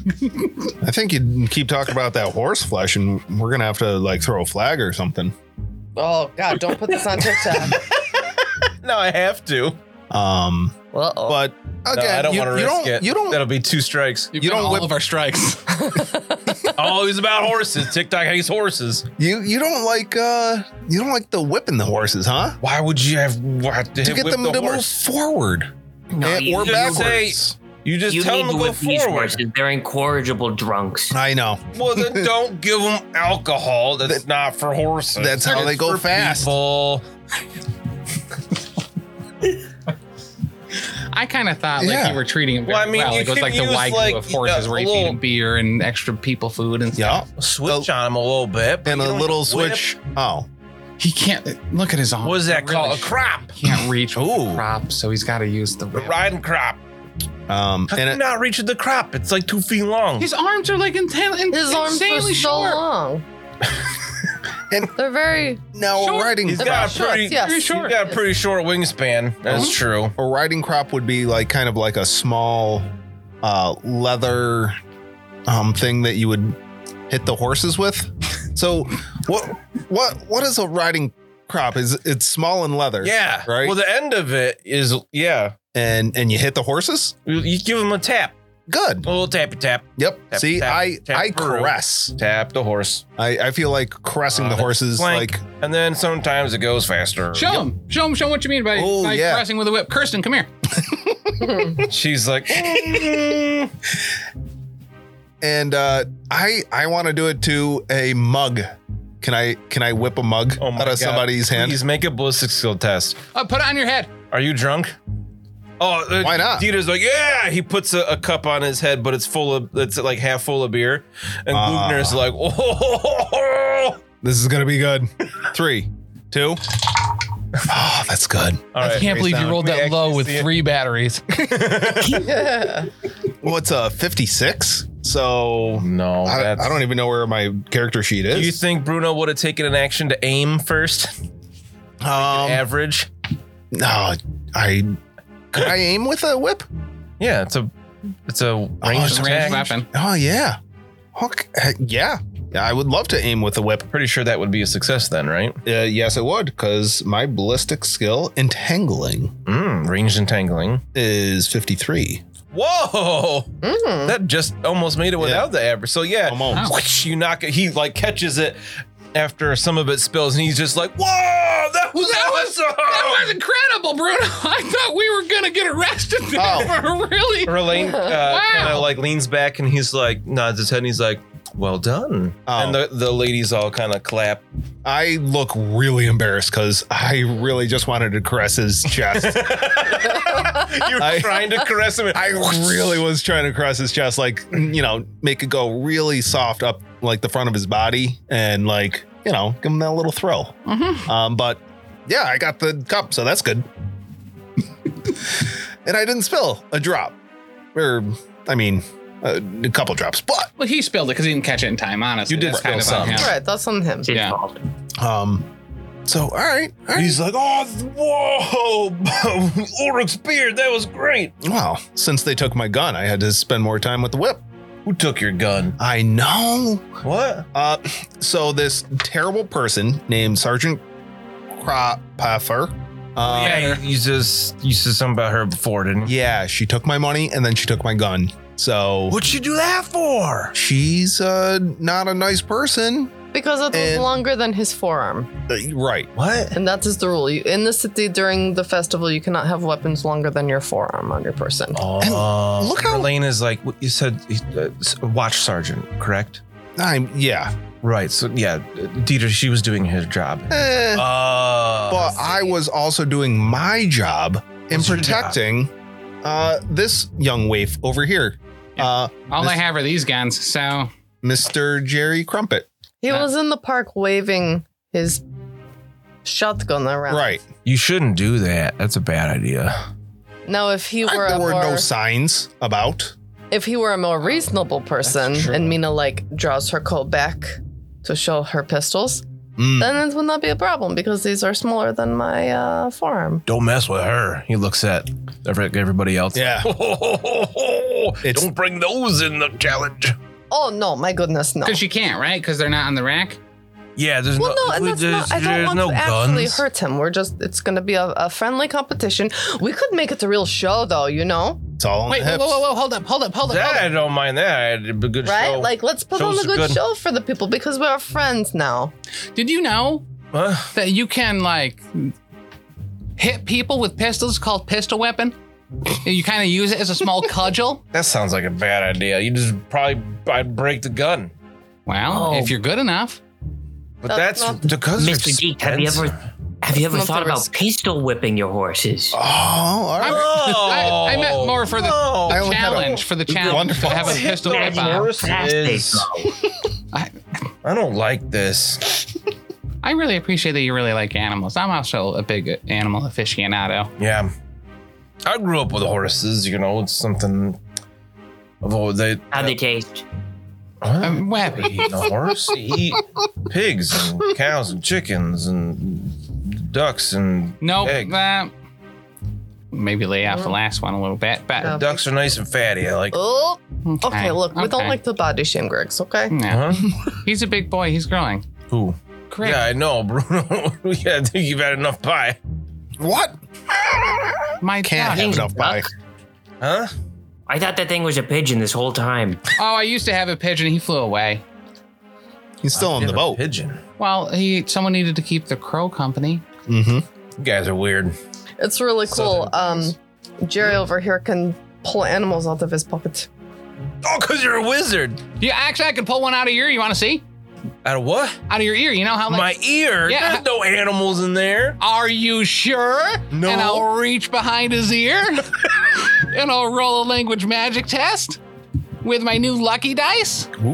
Speaker 4: I think you keep talking about that horse flesh, and we're gonna have to like throw a flag or something.
Speaker 5: Oh god, don't put this on TikTok.
Speaker 3: no, I have to.
Speaker 4: Um,
Speaker 5: Well, oh.
Speaker 4: but
Speaker 3: No,
Speaker 4: again,
Speaker 3: I don't
Speaker 4: you,
Speaker 3: want to
Speaker 4: you
Speaker 3: risk
Speaker 4: don't,
Speaker 3: it.
Speaker 4: You don't.
Speaker 3: That'll be two strikes.
Speaker 2: You've
Speaker 4: You
Speaker 2: got
Speaker 4: don't
Speaker 2: all
Speaker 4: whip-
Speaker 2: of our strikes.
Speaker 3: Always Oh, about horses. TikTok hates horses.
Speaker 4: You you don't like uh you don't like the whipping the horses, huh?
Speaker 3: Why would you have why, to,
Speaker 4: To
Speaker 3: hit
Speaker 4: get
Speaker 3: whip
Speaker 4: them
Speaker 3: the
Speaker 4: to move
Speaker 3: horse?
Speaker 4: forward
Speaker 6: No,
Speaker 4: and-
Speaker 6: you,
Speaker 4: or
Speaker 3: just
Speaker 4: backwards.
Speaker 3: You just
Speaker 6: you
Speaker 3: tell
Speaker 6: need
Speaker 3: them to
Speaker 6: to
Speaker 3: go
Speaker 6: whip these
Speaker 3: forward.
Speaker 6: horses. They're incorrigible drunks.
Speaker 4: I know.
Speaker 3: Well, then don't give them alcohol. That's not for horses.
Speaker 4: That's how they
Speaker 3: It's
Speaker 4: go
Speaker 3: for
Speaker 4: fast.
Speaker 3: People.
Speaker 2: I kind of thought like
Speaker 4: Yeah.
Speaker 2: you were treating it very
Speaker 3: Well,
Speaker 2: well.
Speaker 3: I mean, you
Speaker 2: Like, it was like the
Speaker 3: could use,
Speaker 2: wagyu
Speaker 3: like,
Speaker 2: of horses,
Speaker 3: a
Speaker 2: where you feed
Speaker 3: little-
Speaker 2: them beer and extra people food and stuff.
Speaker 4: Yeah.
Speaker 3: Switch on them a little bit. but
Speaker 4: And
Speaker 3: you
Speaker 4: a
Speaker 3: don't
Speaker 4: little
Speaker 3: whip.
Speaker 4: switch. Oh.
Speaker 2: He can't look at his arm.
Speaker 3: What is that
Speaker 2: Really
Speaker 3: called?
Speaker 2: sh-
Speaker 3: A crop.
Speaker 2: Can't reach with the
Speaker 4: Ooh.
Speaker 2: crop, so he's got to use the
Speaker 3: A
Speaker 2: whip.
Speaker 3: riding crop.
Speaker 4: Um
Speaker 3: How can you
Speaker 4: and it,
Speaker 3: not reaching the crop? It's like two feet long.
Speaker 2: His arms are like inten- in-
Speaker 5: his arms are so
Speaker 2: insanely short.
Speaker 5: long.
Speaker 4: And-
Speaker 5: they're very
Speaker 4: now a
Speaker 2: Sure.
Speaker 4: riding
Speaker 3: He's
Speaker 5: they're
Speaker 4: crop,
Speaker 5: very
Speaker 3: got a
Speaker 5: short,
Speaker 2: Pretty short.
Speaker 3: pretty-
Speaker 5: yes.
Speaker 3: You got a pretty short wingspan. That's
Speaker 4: Mm-hmm.
Speaker 3: true.
Speaker 4: a riding crop would be like kind of like a small uh leather um thing that you would hit the horses with. So what what what is a riding crop? Is it's small and leather.
Speaker 3: Yeah.
Speaker 4: Right.
Speaker 3: Well, the end of it is yeah.
Speaker 4: And and you hit the horses?
Speaker 3: You- You give them a tap.
Speaker 4: Good.
Speaker 3: A little tappy tap.
Speaker 4: Yep.
Speaker 3: Tap,
Speaker 4: See,
Speaker 3: tap,
Speaker 4: I
Speaker 3: tap,
Speaker 4: I
Speaker 3: brew.
Speaker 4: caress.
Speaker 3: Tap the horse.
Speaker 4: I, I feel like caressing
Speaker 3: Uh,
Speaker 4: the
Speaker 3: that's
Speaker 4: horses.
Speaker 3: Flank.
Speaker 4: Like
Speaker 3: and then sometimes it goes faster.
Speaker 2: Show him. Show him. Show him what you mean by,
Speaker 4: Oh,
Speaker 2: by
Speaker 4: yeah.
Speaker 2: pressing with a whip. Kirsten, come here.
Speaker 3: She's like, "Mm-hmm."
Speaker 4: and uh, I I want to do it to a mug. Can I can I whip a mug
Speaker 3: oh my
Speaker 4: out of
Speaker 3: God.
Speaker 4: somebody's hand?
Speaker 3: Please make a ballistic skill test.
Speaker 2: Uh, put it on your head.
Speaker 3: Are you drunk? Oh, uh,
Speaker 4: Why not?
Speaker 3: Dieter's like, yeah. He puts a, a cup on his head, but it's full of, it's like half full of beer. And
Speaker 4: Ah.
Speaker 3: Glugner's like, oh,
Speaker 4: This is gonna be good. Three, two. Oh, that's good.
Speaker 3: All
Speaker 7: I
Speaker 3: right.
Speaker 7: can't believe you
Speaker 4: sound.
Speaker 7: rolled
Speaker 3: We
Speaker 7: that low
Speaker 3: actually
Speaker 7: with
Speaker 3: see it.
Speaker 7: three batteries.
Speaker 4: Well, it's a 56. uh, So
Speaker 3: No,
Speaker 4: I,
Speaker 3: that's-
Speaker 4: I don't even know where my character sheet
Speaker 3: Do you
Speaker 4: is.
Speaker 3: think Bruno would have taken an action to aim first?
Speaker 4: Um,
Speaker 3: Average.
Speaker 4: no, I could I aim with a whip?
Speaker 3: Yeah, it's a it's a ranged
Speaker 4: Oh, it's a
Speaker 3: attack.
Speaker 2: Ranged weapon.
Speaker 4: Oh yeah. Okay. heck, Yeah. Yeah, I would love to aim with a whip.
Speaker 3: Pretty sure that would be a success then, right?
Speaker 4: Uh, yes, it would, because my ballistic skill entangling
Speaker 3: Mm, ranged entangling.
Speaker 4: is 53.
Speaker 3: Whoa!
Speaker 5: Mm.
Speaker 3: That just almost made it without the average. So yeah,
Speaker 4: Almost.
Speaker 3: whoosh, you knock it. He like catches it after some of it spills, and he's just like, "Whoa! That was
Speaker 2: That was-
Speaker 3: awesome!"
Speaker 2: That was incredible, Bruno. I thought we were gonna get arrested there for really.
Speaker 3: Verlaine uh, kind
Speaker 2: Wow.
Speaker 3: of like leans back and he's like nods his head and he's like, "Well done."
Speaker 4: Oh.
Speaker 3: And the, the ladies all kind of clap.
Speaker 4: I look really embarrassed because I really just wanted to caress his chest.
Speaker 3: You were
Speaker 4: I-
Speaker 3: trying to caress him.
Speaker 4: I really was trying to caress his chest, like, you know, make it go really soft up like the front of his body and like, you know, give him that little thrill. Um, but yeah, I got the cup, so that's good. and I didn't spill a drop. Or, I mean, a, a couple drops, but
Speaker 2: Well, he spilled it because he didn't catch it in time. Honestly,
Speaker 3: You did
Speaker 2: That's
Speaker 3: spill
Speaker 2: kind of on
Speaker 3: some.
Speaker 2: him.
Speaker 5: All right, that's on him.
Speaker 6: It's his
Speaker 2: Yeah.
Speaker 6: fault.
Speaker 4: Um. So all right, all right.
Speaker 3: He's like, oh, whoa, Ulrich's beard, that was great.
Speaker 4: Wow. Since they took my gun, I had to spend more time with the whip.
Speaker 3: Who took your gun?
Speaker 4: I know.
Speaker 3: What?
Speaker 4: Uh. So this terrible person named Sergeant Cropper. Um, yeah.
Speaker 3: Oh, yeah, you, you just you said something about her before, didn't you?
Speaker 4: She took my money and then she took my gun. So
Speaker 3: What'd you do that for?
Speaker 4: she's uh not a nice person.
Speaker 5: Because it was
Speaker 4: And-
Speaker 5: longer than his forearm.
Speaker 4: Uh, Right.
Speaker 3: What?
Speaker 5: And that is the rule. You, in the city during the festival, you cannot have weapons longer than your forearm on your person.
Speaker 3: Oh,
Speaker 4: look how-
Speaker 3: Elaine is like. what You said uh, s- watch sergeant, correct?
Speaker 4: I'm. Yeah.
Speaker 3: Right. So yeah, Dieter, she was doing her job.
Speaker 4: Eh,
Speaker 3: Uh,
Speaker 4: but I was also doing my job in
Speaker 3: What's your job?
Speaker 4: protecting uh this young waif over here.
Speaker 2: Yeah.
Speaker 4: Uh.
Speaker 2: All I
Speaker 4: This-
Speaker 2: have are these guns. So
Speaker 4: Mr. Jerry Crumpet.
Speaker 5: He
Speaker 2: Nah.
Speaker 5: was in the park waving his shotgun around.
Speaker 4: Right.
Speaker 3: you shouldn't do that. That's a bad idea.
Speaker 5: Now, if he
Speaker 4: I-
Speaker 5: were a
Speaker 4: there were
Speaker 5: more,
Speaker 4: no signs about.
Speaker 5: if he were a more reasonable person,
Speaker 3: true.
Speaker 5: and Mina like draws her coat back to show her pistols,
Speaker 4: Mm.
Speaker 5: then it would not be a problem because these are smaller than my uh, forearm.
Speaker 3: Don't mess with her. He looks at every- everybody else.
Speaker 4: Yeah. It's-
Speaker 3: Don't bring those in the challenge.
Speaker 5: Oh no, my goodness, no.
Speaker 2: because you can't, right? Because they're not on the rack.
Speaker 3: Yeah, there's
Speaker 5: Well,
Speaker 3: no,
Speaker 5: no, and
Speaker 3: we-
Speaker 5: that's
Speaker 3: there's,
Speaker 5: not. I don't
Speaker 3: there's
Speaker 5: want
Speaker 3: no
Speaker 5: to actually
Speaker 3: guns.
Speaker 5: hurt him. We're just. It's going to be a, a friendly competition. We could make it a real show, though. You know,
Speaker 4: It's all on
Speaker 2: Wait,
Speaker 4: the
Speaker 2: whoa,
Speaker 4: hips.
Speaker 2: whoa, whoa, whoa, hold up, hold up, hold up,
Speaker 3: That
Speaker 2: hold
Speaker 3: I
Speaker 2: up.
Speaker 3: don't mind that. It'd be a good
Speaker 5: right?
Speaker 3: show.
Speaker 5: like, let's put on
Speaker 3: show's
Speaker 5: a good,
Speaker 3: good.
Speaker 5: show for the people because we are friends now.
Speaker 2: Did you know
Speaker 3: Huh?
Speaker 2: that you can like hit people with pistols called pistol weapon? You kind of use it as a small cudgel.
Speaker 3: That sounds like a bad idea. You just probably I'd break the gun.
Speaker 2: Well,
Speaker 6: Oh.
Speaker 2: if you're good enough,
Speaker 3: But
Speaker 5: That's
Speaker 3: that's,
Speaker 5: not-
Speaker 3: because they're
Speaker 6: Mr. Deke, have you ever have you ever
Speaker 5: Not the
Speaker 6: thought about
Speaker 5: risk.
Speaker 6: pistol whipping your horses?
Speaker 4: Oh, all
Speaker 2: I'm-
Speaker 4: right.
Speaker 2: I- I
Speaker 3: Oh.
Speaker 2: meant more for the-
Speaker 3: No.
Speaker 4: I only had a-
Speaker 2: challenge for the challenge
Speaker 4: Wonderful.
Speaker 2: to have a pistol
Speaker 6: That's
Speaker 2: whip on.
Speaker 6: how fast they
Speaker 3: is-
Speaker 6: go.
Speaker 3: I don't like this.
Speaker 2: I really appreciate that you really like animals. I'm also a big animal aficionado.
Speaker 3: Yeah, I grew up with horses. You know, it's something. Of all they,
Speaker 6: How they taste?
Speaker 3: Huh?
Speaker 2: I'm
Speaker 3: They
Speaker 2: wappy.
Speaker 3: eat a horse. They eat pigs and cows and chickens and ducks and
Speaker 2: Nope.
Speaker 3: eggs.
Speaker 2: uh, maybe lay out the last one a little bit, but
Speaker 5: No.
Speaker 3: Ducks are nice and fatty. I like.
Speaker 5: Oh, okay. look, we don't
Speaker 2: okay.
Speaker 5: like the body shame, Gregs. Okay.
Speaker 4: Uh-huh.
Speaker 2: No.
Speaker 3: Huh?
Speaker 2: He's a big boy. He's growing.
Speaker 3: Who?
Speaker 2: Great.
Speaker 3: Yeah, I know, Bruno. yeah, I think you've had enough pie.
Speaker 4: What?
Speaker 2: My
Speaker 4: Can't
Speaker 2: dog.
Speaker 4: have enough pie.
Speaker 3: Huh?
Speaker 6: I thought that thing was a pigeon this whole time.
Speaker 2: Oh, I used to have a pigeon. He flew away.
Speaker 4: He's still on the
Speaker 3: Get a
Speaker 4: boat.
Speaker 3: Pigeon.
Speaker 2: Well, he someone needed to keep the crow company.
Speaker 4: hmm
Speaker 3: You guys are weird.
Speaker 5: It's really cool. Um, Jerry over here can pull animals out of his pocket.
Speaker 3: Oh, because you're a wizard.
Speaker 2: Yeah, actually, I could pull one out of your ear. You want to see?
Speaker 3: Out of what?
Speaker 2: Out of your ear. You know how?
Speaker 3: My
Speaker 2: Like,
Speaker 3: ear.
Speaker 2: Yeah.
Speaker 3: There's no animals in there.
Speaker 2: Are you sure?
Speaker 4: No.
Speaker 2: And I'll reach behind his ear, and I'll roll a language magic test with my new lucky dice,
Speaker 4: Ooh.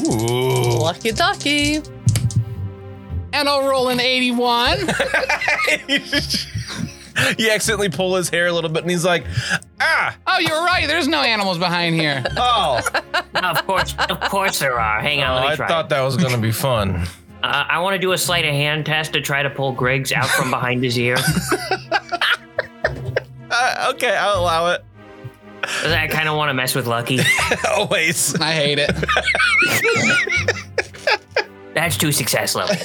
Speaker 5: Lucky ducky.
Speaker 2: and I'll roll an eighty-one.
Speaker 3: you accidentally pull his hair a little bit, and he's like, "Ah,
Speaker 2: Oh, you're right. There's no animals behind here.
Speaker 3: oh!"
Speaker 6: of course, of course there are. Hang on, let me
Speaker 3: I
Speaker 6: try.
Speaker 3: thought that was gonna be fun.
Speaker 6: uh, I want to do a sleight of hand test to try to pull Griggs out from behind his ear.
Speaker 3: Uh, okay, I'll allow it.
Speaker 6: 'Cause I kind of want to mess with Lucky.
Speaker 3: Always.
Speaker 2: I hate it.
Speaker 6: That's two success levels.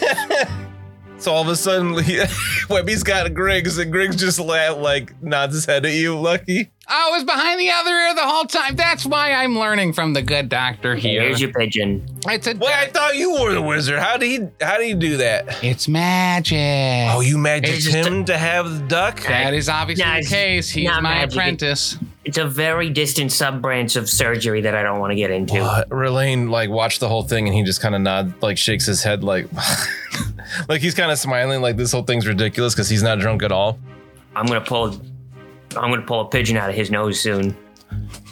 Speaker 3: So all of a sudden, he- Webby's got Griggs, and Griggs just la- like nods his head at you, Lucky.
Speaker 2: I was behind the other ear the whole time. That's why I'm learning from the good doctor here.
Speaker 6: Here's your pigeon.
Speaker 2: It's a,
Speaker 3: Wait, I thought you were the wizard. How did he? How did he do that?
Speaker 2: it's magic.
Speaker 3: Oh, you
Speaker 6: It's
Speaker 3: magicked
Speaker 6: just
Speaker 3: him to have the duck.
Speaker 2: that is obviously
Speaker 6: Nah,
Speaker 2: the
Speaker 6: it's
Speaker 2: case. He's my
Speaker 6: not magic.
Speaker 2: apprentice.
Speaker 6: It's a very distant sub branch of surgery that I don't want to get into.
Speaker 3: Uh, Relaine like watched the whole thing, and he just kind of nod, like shakes his head, like, like he's kind of smiling, like this whole thing's ridiculous because he's not drunk at all.
Speaker 6: I'm gonna pull. I'm gonna pull a pigeon out of his nose soon.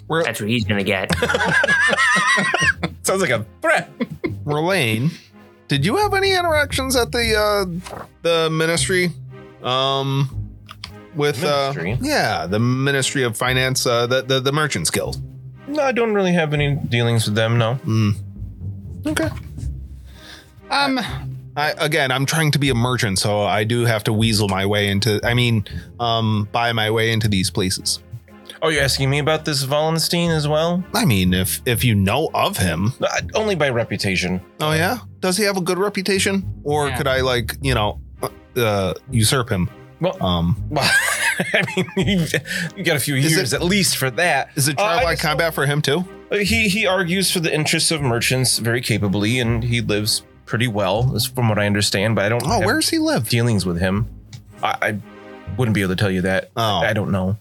Speaker 4: We're-
Speaker 6: That's what he's gonna get.
Speaker 3: Sounds like a threat.
Speaker 4: Relaine, did you have any interactions at the uh the ministry? Um with
Speaker 3: Ministry?
Speaker 4: uh yeah, the Ministry of Finance, uh the the, the Merchants Guild.
Speaker 3: No, I don't really have any dealings with them. No.
Speaker 4: Okay.
Speaker 2: Um,
Speaker 4: I again, I'm trying to be a merchant, so I do have to weasel my way into I mean, um buy my way into these places.
Speaker 3: Are you asking me about this Valenstein as well?
Speaker 4: I mean, if if you know of him.
Speaker 3: No, I- only by reputation.
Speaker 4: Oh yeah? Does he have a good reputation or
Speaker 2: Yeah.
Speaker 4: could I like, you know, uh usurp him?
Speaker 3: Well-
Speaker 4: um
Speaker 3: Well, I mean, you've, you got a few
Speaker 4: Is
Speaker 3: years at least for that.
Speaker 4: is it
Speaker 3: Uh, I
Speaker 4: trial by
Speaker 3: just-
Speaker 4: combat for him too?
Speaker 3: He he argues for the interests of merchants very capably, and he lives pretty well, is from what I understand. But I don't.
Speaker 4: Oh,
Speaker 3: have
Speaker 4: where does he live?
Speaker 3: dealings with him? I, I wouldn't be able to tell you that.
Speaker 4: Oh.
Speaker 3: I don't know.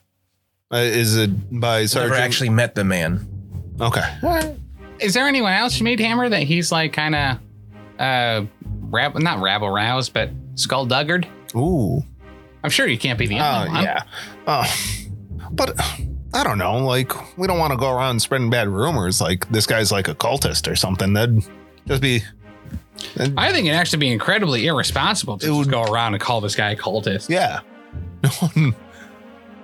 Speaker 4: Uh, is it by
Speaker 3: Never
Speaker 4: Sergeant?
Speaker 3: actually met the man.
Speaker 4: okay.
Speaker 2: is there anyone else you need, Hammer, that he's like kind of, uh, rab- not rabble roused, but skullduggered?
Speaker 4: Ooh.
Speaker 2: I'm sure you can't be the
Speaker 4: Oh
Speaker 2: only one.
Speaker 4: yeah. Oh, but I don't know. Like we don't want to go around spreading bad rumors. Like this guy's like a cultist or something. That'd just be.
Speaker 2: I think it'd actually be incredibly irresponsible to
Speaker 4: It
Speaker 2: just
Speaker 4: would-
Speaker 2: go around and call this guy a cultist.
Speaker 4: Yeah. No one.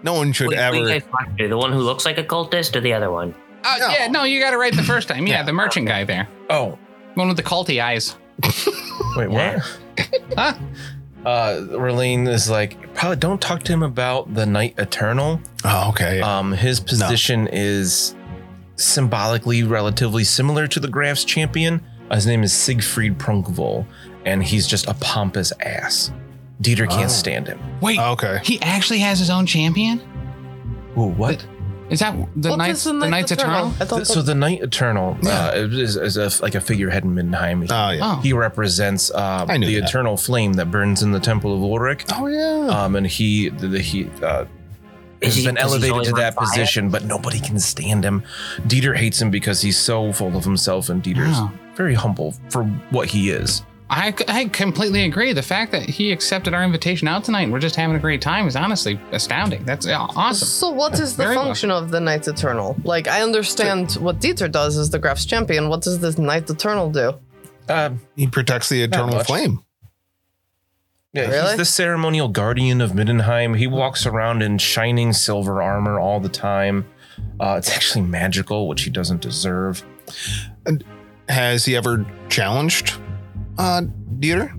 Speaker 4: No one should
Speaker 6: Wait, who
Speaker 4: ever.
Speaker 6: you guys talking to? The one who looks like a cultist or the other one?
Speaker 2: Oh,
Speaker 4: No.
Speaker 2: yeah, no, you got it right the first time. Yeah,
Speaker 4: Yeah.
Speaker 2: the merchant guy there.
Speaker 3: Oh,
Speaker 2: One with the culty eyes.
Speaker 3: wait, what?
Speaker 2: Huh?
Speaker 3: Uh, Relaine is like, probably don't talk to him about the Night Eternal.
Speaker 4: oh, okay.
Speaker 3: Um, his position is symbolically relatively similar to the Graf's champion. Uh, His name is Siegfried Prunkvoll, and he's just a pompous ass. Dieter can't
Speaker 4: Oh.
Speaker 3: stand him.
Speaker 2: Wait,
Speaker 4: okay.
Speaker 2: he actually has his own champion?
Speaker 3: Ooh, what?
Speaker 2: Is that the
Speaker 5: What
Speaker 2: Knights
Speaker 5: does
Speaker 2: the Knights Eternal?
Speaker 5: I thought
Speaker 3: so the Knight Eternal uh, is, is a, like a figurehead in Mindenheim. He,
Speaker 4: Oh yeah.
Speaker 2: Oh.
Speaker 3: he represents uh,
Speaker 4: I knew
Speaker 3: the
Speaker 4: that.
Speaker 3: eternal flame that burns in the Temple of Ulrich.
Speaker 4: Oh yeah.
Speaker 3: Um, and he, the, the, he uh, has
Speaker 6: Is he-
Speaker 3: been
Speaker 6: does he
Speaker 3: elevated
Speaker 6: always
Speaker 3: to
Speaker 6: run
Speaker 3: that
Speaker 6: fire?
Speaker 3: position, but nobody can stand him. Dieter hates him because he's so full of himself, and Dieter's
Speaker 2: Wow.
Speaker 3: very humble for what he is.
Speaker 2: I, I completely agree. The fact that he accepted our invitation out tonight and we're just having a great time is honestly astounding. That's yeah, awesome.
Speaker 5: So what is the
Speaker 2: Very well.
Speaker 5: function of the Knights Eternal? Like I understand what Dieter does as the Graf's champion. What does this Knight Eternal do?
Speaker 3: Uh,
Speaker 4: He protects the eternal
Speaker 3: much.
Speaker 4: flame.
Speaker 3: yeah,
Speaker 5: Really?
Speaker 3: He's the ceremonial guardian of Middenheim. He walks around in shining silver armor all the time. Uh, it's actually magical, which he doesn't deserve.
Speaker 4: Has he ever challenged? Uh, Dieter.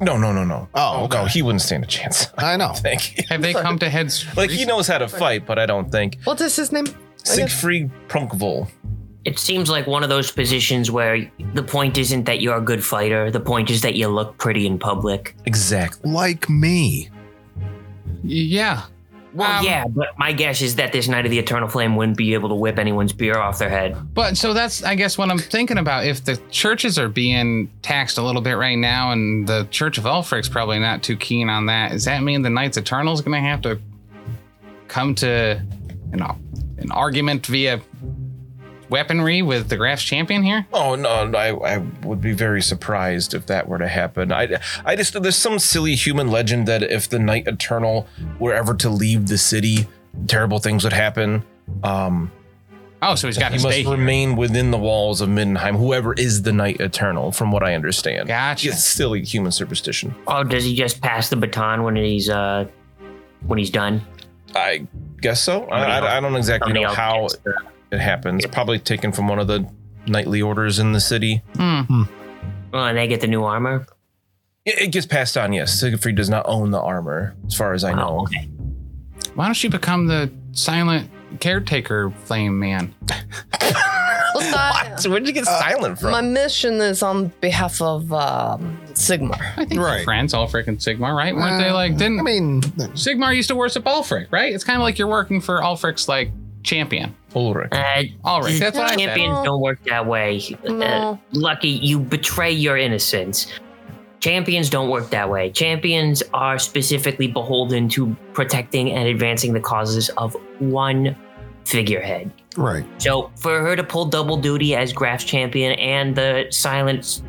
Speaker 3: No, no, no, no.
Speaker 4: Oh,
Speaker 3: no,
Speaker 4: okay.
Speaker 3: he wouldn't stand a chance. I
Speaker 4: I know.
Speaker 3: think.
Speaker 2: Have they come to heads?
Speaker 3: Like he knows how to fight, but I don't think
Speaker 5: What is his name?
Speaker 3: Siegfried Prunkvoll.
Speaker 6: It seems like one of those positions where the point isn't that you're a good fighter. The point is that you look pretty in public.
Speaker 3: Exactly.
Speaker 4: Like me.
Speaker 2: Yeah.
Speaker 6: Well,
Speaker 2: Um,
Speaker 6: Oh, yeah, but my guess is that this Knight of the Eternal Flame wouldn't be able to whip anyone's beer off their head.
Speaker 2: But so that's, I guess, what I'm thinking about. If the churches are being taxed a little bit right now, and the Church of Ulfric's probably not too keen on that, does that mean the Knights Eternal is going to have to come to, you know, an argument via weaponry with the Graf's champion here?
Speaker 3: Oh no, no, I, I would be very surprised if that were to happen. I, I just there's some silly human legend that if the Night Eternal were ever to leave the city, terrible things would happen. Um,
Speaker 2: Oh, so he's got to
Speaker 3: he
Speaker 2: stay.
Speaker 3: must remain within the walls of Middenheim. Whoever is the Night Eternal, from what I understand.
Speaker 2: Gotcha.
Speaker 3: It's silly human superstition.
Speaker 6: Oh, does he just pass the baton when he's uh when he's done.
Speaker 3: I guess so. I, I, I don't exactly
Speaker 6: Somebody
Speaker 3: know
Speaker 6: else
Speaker 3: how
Speaker 6: gets the-
Speaker 3: it happens. Probably taken from one of the nightly orders in the city.
Speaker 2: Hmm.
Speaker 6: Well, and they get the new armor.
Speaker 3: It, it gets passed on. Yes, Siegfried does not own the armor, as far as I
Speaker 6: Oh,
Speaker 3: know.
Speaker 6: okay.
Speaker 2: Why don't you become the silent caretaker flame man?
Speaker 5: Well, that-
Speaker 3: So where'd you get silent from?
Speaker 5: my mission is on behalf of um, Sigmar.
Speaker 2: I think
Speaker 4: Right. Uh,
Speaker 2: right. friends, Ulfric and Sigmar, right? Weren't they like didn't
Speaker 4: I mean,
Speaker 2: Sigmar used to worship Ulfric, right? It's kind of like you're working for Ulfric's like champion.
Speaker 3: Ulrich.
Speaker 6: Uh,
Speaker 4: Mm.
Speaker 2: Ulrich, that's what I said.
Speaker 6: champions don't work that way. Uh,
Speaker 5: No.
Speaker 6: Lucky, you betray your innocence. Champions don't work that way. Champions are specifically beholden to protecting and advancing the causes of one figurehead.
Speaker 4: right.
Speaker 6: So for her to pull double duty as Graf's champion and the silent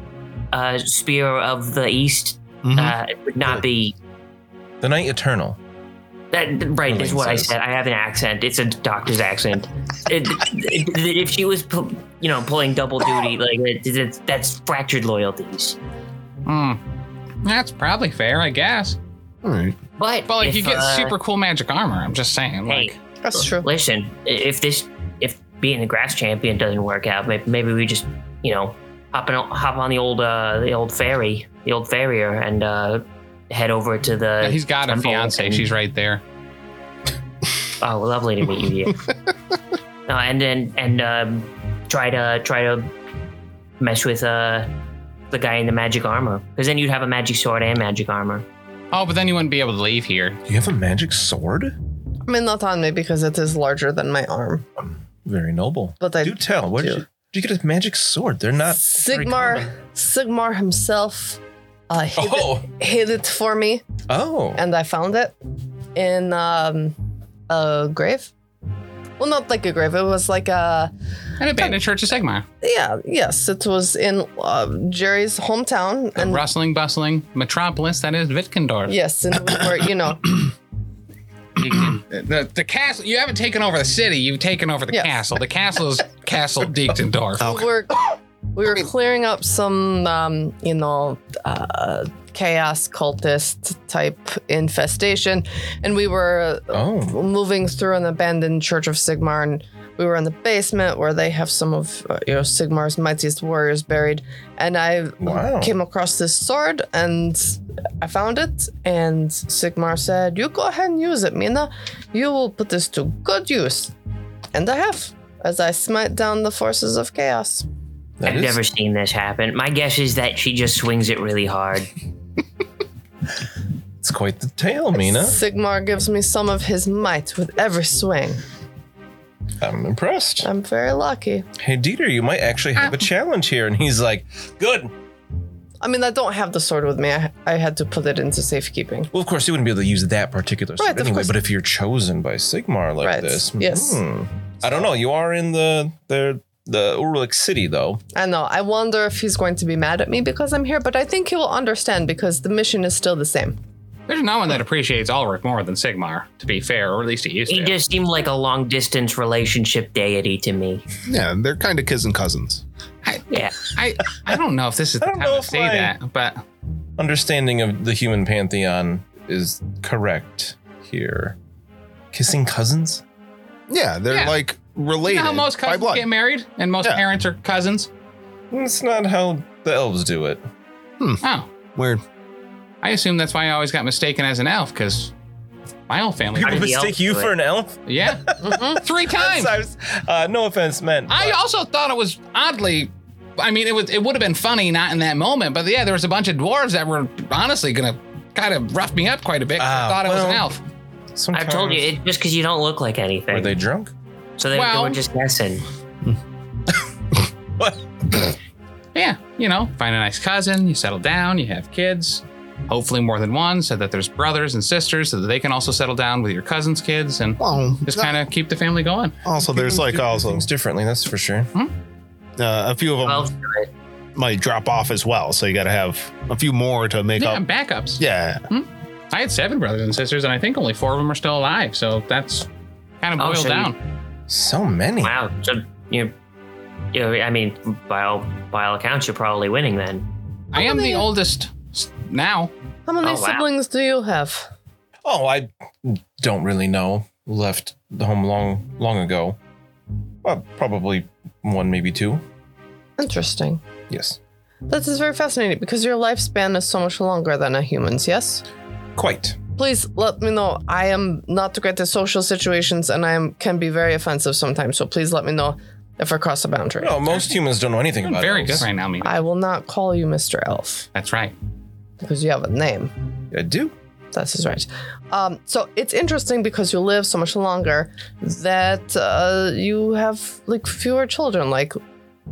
Speaker 6: uh, spear of the east
Speaker 4: Mhm.
Speaker 6: uh, would not be
Speaker 3: The Night Eternal.
Speaker 6: that right is
Speaker 3: Nothing
Speaker 6: what I
Speaker 3: says.
Speaker 6: said. I have an accent. It's a doctor's accent. It- it- if she was, pu- you know, pulling double duty, like it, it- that's fractured loyalties.
Speaker 2: Hmm. That's probably fair, I guess.
Speaker 4: All right.
Speaker 6: But
Speaker 2: But like
Speaker 6: if,
Speaker 2: you get
Speaker 6: uh,
Speaker 2: super cool magic armor. I'm just saying,
Speaker 6: Hey,
Speaker 2: like
Speaker 5: That's true.
Speaker 6: listen, i- if this, if being the grass champion doesn't work out, maybe, maybe we just, you know, hop on, hop on the old, uh, the old ferry, the old farrier, and uh, head over to the.
Speaker 2: he's got a
Speaker 6: temple
Speaker 2: fiance.
Speaker 6: and-
Speaker 2: She's right there.
Speaker 6: Oh, well, lovely to meet you. Yeah. no, and then and um, try to try to mesh with uh the guy in the magic armor because then you'd have a magic sword and magic armor.
Speaker 2: Oh, but then you wouldn't be able to leave here.
Speaker 3: Do you have a magic sword?
Speaker 5: I mean, not on me because it is larger than my arm.
Speaker 3: Very noble.
Speaker 5: But I
Speaker 3: do tell. Where did
Speaker 5: do.
Speaker 3: you, did you get a magic sword? They're not very
Speaker 5: Sigmar, Sigmar himself uh, hid,
Speaker 3: common. Oh,
Speaker 5: it, hid it for me,
Speaker 3: oh.
Speaker 5: and I found it in um, a grave. Well, not like a grave. It was like a
Speaker 2: An abandoned church of Sigmar.
Speaker 5: yeah, yes. It was in uh, Jerry's hometown,
Speaker 2: The
Speaker 5: and
Speaker 2: rustling, bustling metropolis that is Wittgendorf.
Speaker 5: yes, and we were, you know,
Speaker 2: The, the castle. You haven't taken over the city. You've taken over the
Speaker 5: Yes.
Speaker 2: castle. The castle is Castle Diegtendorf.
Speaker 5: we were we were clearing up some, um, you know, uh, chaos cultist type infestation, and we were
Speaker 3: Oh,
Speaker 5: moving through an abandoned church of Sigmar, and we were in the basement where they have some of uh, you know Sigmar's mightiest warriors buried. And I
Speaker 3: Wow.
Speaker 5: came across this sword, and I found it. And Sigmar said, "You go ahead and use it, Mina. You will put this to good use." And I have, as I smite down the forces of chaos.
Speaker 3: that
Speaker 6: I've
Speaker 3: is-
Speaker 6: never seen this happen. My guess is that she just swings it really hard.
Speaker 3: it's quite the tale, Mina.
Speaker 5: Sigmar gives me some of his might with every swing.
Speaker 3: I'm impressed.
Speaker 5: I'm very lucky.
Speaker 3: Hey, Dieter, you might actually have a
Speaker 5: uh,
Speaker 3: challenge here. And he's like, good.
Speaker 5: I mean, I don't have the sword with me. I, I had to put it into safekeeping.
Speaker 3: Well, of course, you wouldn't be able to use that particular sword
Speaker 5: Right, of
Speaker 3: anyway.
Speaker 5: course.
Speaker 3: But if you're chosen by Sigmar like
Speaker 5: Right,
Speaker 3: this,
Speaker 5: yes.
Speaker 3: hmm. I don't know. You are in the the the Urlik city, though.
Speaker 5: I know. I wonder if he's going to be mad at me because I'm here, but I think he will understand because the mission is still the same.
Speaker 2: There's no one that appreciates Ulrich more than Sigmar, to be fair, or at least he used
Speaker 6: He
Speaker 2: to.
Speaker 6: just seemed like a long distance relationship deity to me.
Speaker 4: Yeah, they're kind of kids and cousins.
Speaker 6: Yeah,
Speaker 2: I, I don't know if this is
Speaker 3: I
Speaker 2: the
Speaker 3: don't
Speaker 2: time
Speaker 3: know
Speaker 2: to
Speaker 3: if
Speaker 2: say
Speaker 3: my-
Speaker 2: that, but
Speaker 3: Understanding of the human pantheon is correct here. Kissing cousins?
Speaker 4: Yeah, they're
Speaker 2: Yeah.
Speaker 4: like
Speaker 2: you
Speaker 4: related
Speaker 2: know how most
Speaker 4: by
Speaker 2: cousins
Speaker 4: blood.
Speaker 2: get married, and most
Speaker 4: Yeah.
Speaker 2: parents are cousins.
Speaker 3: That's not how the elves do it.
Speaker 6: Hmm.
Speaker 2: Oh,
Speaker 4: Weird.
Speaker 2: I assume that's why I always got mistaken as an elf, because my whole family.
Speaker 6: How
Speaker 3: People
Speaker 6: did the
Speaker 3: mistake
Speaker 6: elves
Speaker 3: you
Speaker 6: do
Speaker 3: for
Speaker 6: it?
Speaker 3: an elf.
Speaker 2: Yeah, three times.
Speaker 3: Sometimes, uh, no offense meant.
Speaker 2: I also thought it was oddly. I mean, it was it would have been funny not in that moment, but yeah, there was a bunch of dwarves that were honestly gonna kind of rough me up quite a bit. 'cause I
Speaker 3: Ah,
Speaker 2: thought I was an
Speaker 3: well,
Speaker 2: elf.
Speaker 6: I
Speaker 3: Sometimes-
Speaker 6: told you it's just because you don't look like
Speaker 3: Were
Speaker 6: anything.
Speaker 3: they drunk?
Speaker 6: so they,
Speaker 2: Well-
Speaker 6: they were just guessing.
Speaker 3: What?
Speaker 2: Yeah, you know, find a nice cousin, you settle down, you have kids, hopefully more than one, so that there's brothers and sisters, so that they can also settle down with your cousins' kids and
Speaker 4: Well,
Speaker 2: just kind of keep the family going.
Speaker 4: oh, also there's like also
Speaker 3: Things differently, that's for sure.
Speaker 4: uh, a few
Speaker 3: Oh.
Speaker 4: of them
Speaker 6: Well,
Speaker 4: might drop off as well, so you got to have a few more to make
Speaker 2: Yeah,
Speaker 4: up.
Speaker 2: backups.
Speaker 4: Yeah,
Speaker 2: I had seven brothers and sisters, and I think only four of them are still alive, so that's kind of
Speaker 6: Oh,
Speaker 2: boiled
Speaker 6: so you-
Speaker 2: down.
Speaker 3: So many.
Speaker 6: wow. So you, you, know, I mean, by all by all accounts, you're probably winning then.
Speaker 2: I am
Speaker 5: many-
Speaker 2: the oldest s- now.
Speaker 5: How many
Speaker 6: Oh, wow.
Speaker 5: siblings do you have?
Speaker 3: Oh, I don't really know. Left the home long, long ago. Well, probably one, maybe two.
Speaker 5: Interesting.
Speaker 3: Yes,
Speaker 5: That is very fascinating because your lifespan is so much longer than a human's, yes?
Speaker 3: quite.
Speaker 5: Please let me know. I am not great at social situations and I am, can be very offensive sometimes. So please let me know if I cross a boundary.
Speaker 3: No, most humans don't know anything
Speaker 2: Doing
Speaker 3: about
Speaker 2: very
Speaker 3: elves.
Speaker 2: good right now, me.
Speaker 5: I will not call you Mr. Elf
Speaker 2: That's right.
Speaker 5: because you have a name.
Speaker 3: I do.
Speaker 5: That is right. Um, so it's interesting because you live so much longer that uh, you have like fewer children. Like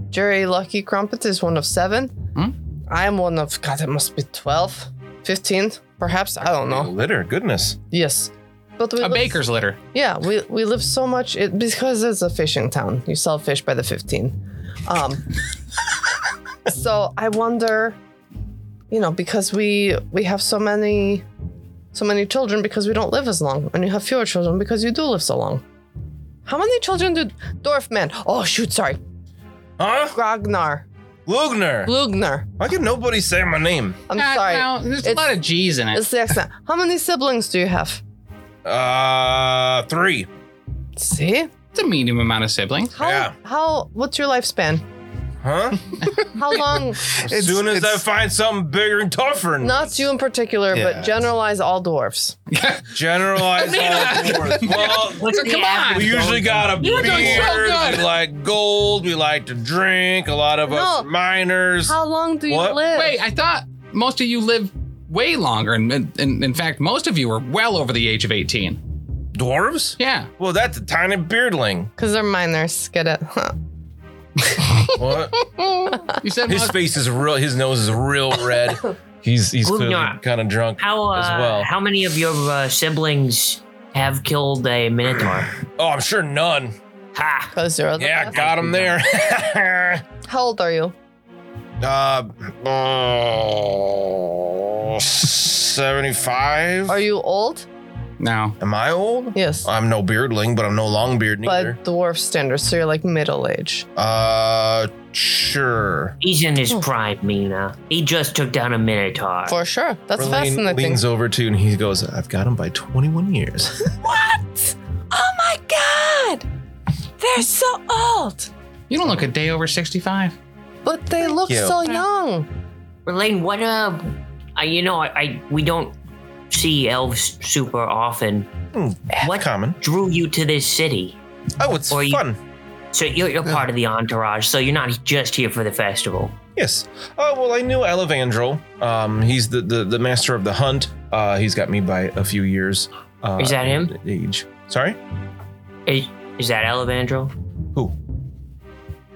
Speaker 5: Jerry Lucky Crumpet is one of seven.
Speaker 2: Hmm?
Speaker 5: I am one of, God, it must be 12, 15, perhaps. I don't know.
Speaker 3: Litter, goodness.
Speaker 5: Yes. But we
Speaker 2: A
Speaker 5: live-
Speaker 2: baker's litter.
Speaker 5: Yeah, we, we live so much it, because it's a fishing town. You sell fish by the 15. Um, so I wonder, you know, because we we have so many so many children because we don't live as long, and you have fewer children because you do live so long. How many children did Dorfman? Oh shoot, sorry,
Speaker 3: Huh?
Speaker 5: Grognar,
Speaker 3: Lugner.
Speaker 5: Blugner.
Speaker 3: Why can nobody say my name?
Speaker 5: I'm
Speaker 2: Ah,
Speaker 5: sorry,
Speaker 2: no, there's a
Speaker 5: It's-
Speaker 2: lot of G's in it.
Speaker 5: it's the accent. How many siblings do you have?
Speaker 3: Uh, three.
Speaker 5: See
Speaker 2: It's a medium amount of siblings.
Speaker 5: how
Speaker 3: Yeah.
Speaker 5: how what's your lifespan?
Speaker 3: Huh?
Speaker 5: How long?
Speaker 4: It's-
Speaker 3: As soon as
Speaker 4: it's-
Speaker 3: I find something bigger and tougher, and
Speaker 5: Not you in particular,
Speaker 4: Yeah.
Speaker 5: but generalize all dwarves.
Speaker 3: generalize. all towards- well,
Speaker 6: What's the
Speaker 2: come
Speaker 6: average
Speaker 3: we usually got a
Speaker 2: You're doing so
Speaker 3: beer.
Speaker 2: good.
Speaker 3: We like gold. We like to drink. A lot of us
Speaker 5: No.
Speaker 3: are miners.
Speaker 5: How long do you
Speaker 3: What?
Speaker 5: live?
Speaker 2: Wait, I thought most of you live way longer, and, and, and in fact, most of you are well over the age of 18.
Speaker 3: Dwarves?
Speaker 2: Yeah.
Speaker 3: Well, that's a tiny beardling.
Speaker 5: Because they're minors. Get it? Huh.
Speaker 3: What?
Speaker 2: You said
Speaker 3: his
Speaker 2: most-
Speaker 3: face is real. His nose is real red. He's he's
Speaker 6: Glugnar.
Speaker 3: clearly kind of drunk.
Speaker 6: How uh,
Speaker 3: As well.
Speaker 6: how many of your uh, siblings have killed a minotaur?
Speaker 3: Oh, I'm sure none.
Speaker 6: ha!
Speaker 5: Because you're the
Speaker 3: Yeah,
Speaker 5: best.
Speaker 3: got him there.
Speaker 5: How old are you?
Speaker 3: Uh, oh, 75?
Speaker 5: Are you old?
Speaker 2: No.
Speaker 3: Am I old?
Speaker 5: Yes.
Speaker 3: I'm no beardling, but I'm no long beard neither.
Speaker 5: But dwarf standards, so you're like middle age.
Speaker 3: Uh, sure.
Speaker 6: He's in his
Speaker 5: Oh.
Speaker 6: prime, Mina. He just took down a minotaur.
Speaker 5: For sure. That's
Speaker 3: Verlaine
Speaker 5: fascinating.
Speaker 3: leans over to you and he goes, I've got him by 21 years.
Speaker 5: What? Oh my god! They're so old!
Speaker 2: You don't look a day over 65.
Speaker 5: But they look
Speaker 3: you.
Speaker 5: so young.
Speaker 6: Verlaine, what uh, I, you know, I, I we don't see elves super often.
Speaker 3: Hmm.
Speaker 6: What
Speaker 3: Common.
Speaker 6: drew you to this city?
Speaker 3: Oh, it's
Speaker 6: Or you-
Speaker 3: fun.
Speaker 6: So you're, you're part of the entourage. So you're not just here for the festival.
Speaker 3: Yes. Oh well, I knew Elevandril. Um, he's the, the the master of the hunt. Uh, he's got me by a few years. Uh,
Speaker 6: Is that him?
Speaker 3: in Age. Sorry.
Speaker 6: Is is that Elevandril?
Speaker 3: Who?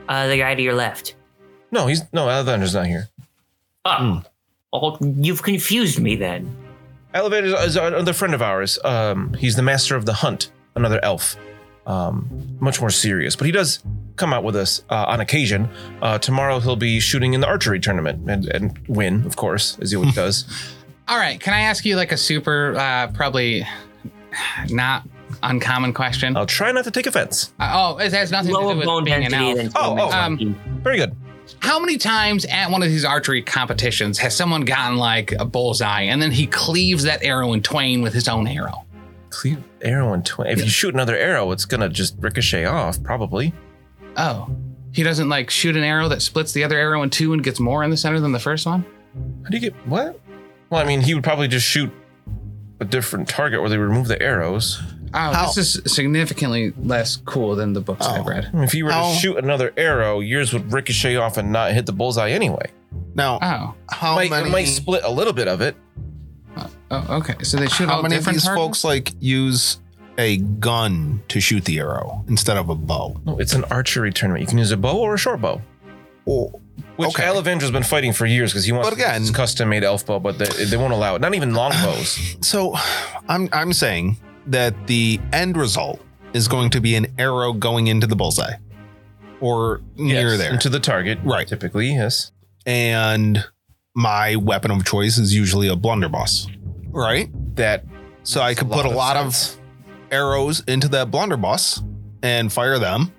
Speaker 6: Uh, the guy to your left.
Speaker 3: No, he's no Elevandril's not here. Hmm.
Speaker 6: Oh, oh you've confused me then.
Speaker 3: Elevandril is another friend of ours. Um, he's the master of the hunt. Another elf. Um, much more serious, but he does come out with us uh, on occasion. Uh, tomorrow he'll be shooting in the archery tournament and, and win, of course, as he always does.
Speaker 2: All right. Can I ask you like a super, uh, probably not uncommon question? Uh,
Speaker 3: I'll try not to take offense.
Speaker 2: oh, it has nothing to
Speaker 6: Lower
Speaker 2: do with
Speaker 6: bone
Speaker 2: being an
Speaker 6: density
Speaker 2: elf.
Speaker 6: than
Speaker 3: Oh,
Speaker 6: human
Speaker 3: oh.
Speaker 2: Um,
Speaker 6: being.
Speaker 3: Very good.
Speaker 2: How many times at one of these archery competitions has someone gotten like a bullseye and then he cleaves that arrow in twain with his own arrow?
Speaker 3: Cleave arrow and twin. If you shoot another arrow, it's gonna just ricochet off, probably.
Speaker 2: Oh, he doesn't like shoot an arrow that splits the other arrow in two and gets more in the center than the first one?
Speaker 3: How do you get what? Well, I mean, he would probably just shoot a different target where they remove the arrows.
Speaker 2: Oh, this is significantly less cool than the books I've
Speaker 4: Oh.
Speaker 2: read.
Speaker 3: If you were
Speaker 4: How-
Speaker 3: to shoot another arrow, yours would ricochet off and not hit the bullseye anyway.
Speaker 4: Now,
Speaker 2: Oh,
Speaker 4: how
Speaker 3: might,
Speaker 4: many?
Speaker 3: It might split a little bit of it.
Speaker 2: oh okay. So they shoot
Speaker 4: how
Speaker 2: all
Speaker 4: many of
Speaker 2: different
Speaker 4: these folks
Speaker 2: targets?
Speaker 4: like use a gun to shoot the arrow instead of a bow?
Speaker 3: No, it's an archery tournament. You can use a bow or a short bow.
Speaker 4: Or
Speaker 3: Which
Speaker 4: Okay.
Speaker 3: Alavandra's been fighting for years because he wants
Speaker 4: But
Speaker 3: to use
Speaker 4: again-
Speaker 3: his custom-made elf bow, but they, they won't allow it. Not even long bows.
Speaker 4: so, I'm I'm saying that the end result is going to be an arrow going into the bullseye or near
Speaker 3: Yes,
Speaker 4: there.
Speaker 3: into the target,
Speaker 4: Right.
Speaker 3: Typically, yes.
Speaker 4: and my weapon of choice is usually a blunderbuss, right?
Speaker 3: That
Speaker 4: So I could put a lot
Speaker 3: sense.
Speaker 4: of arrows into that blunderbuss and fire them.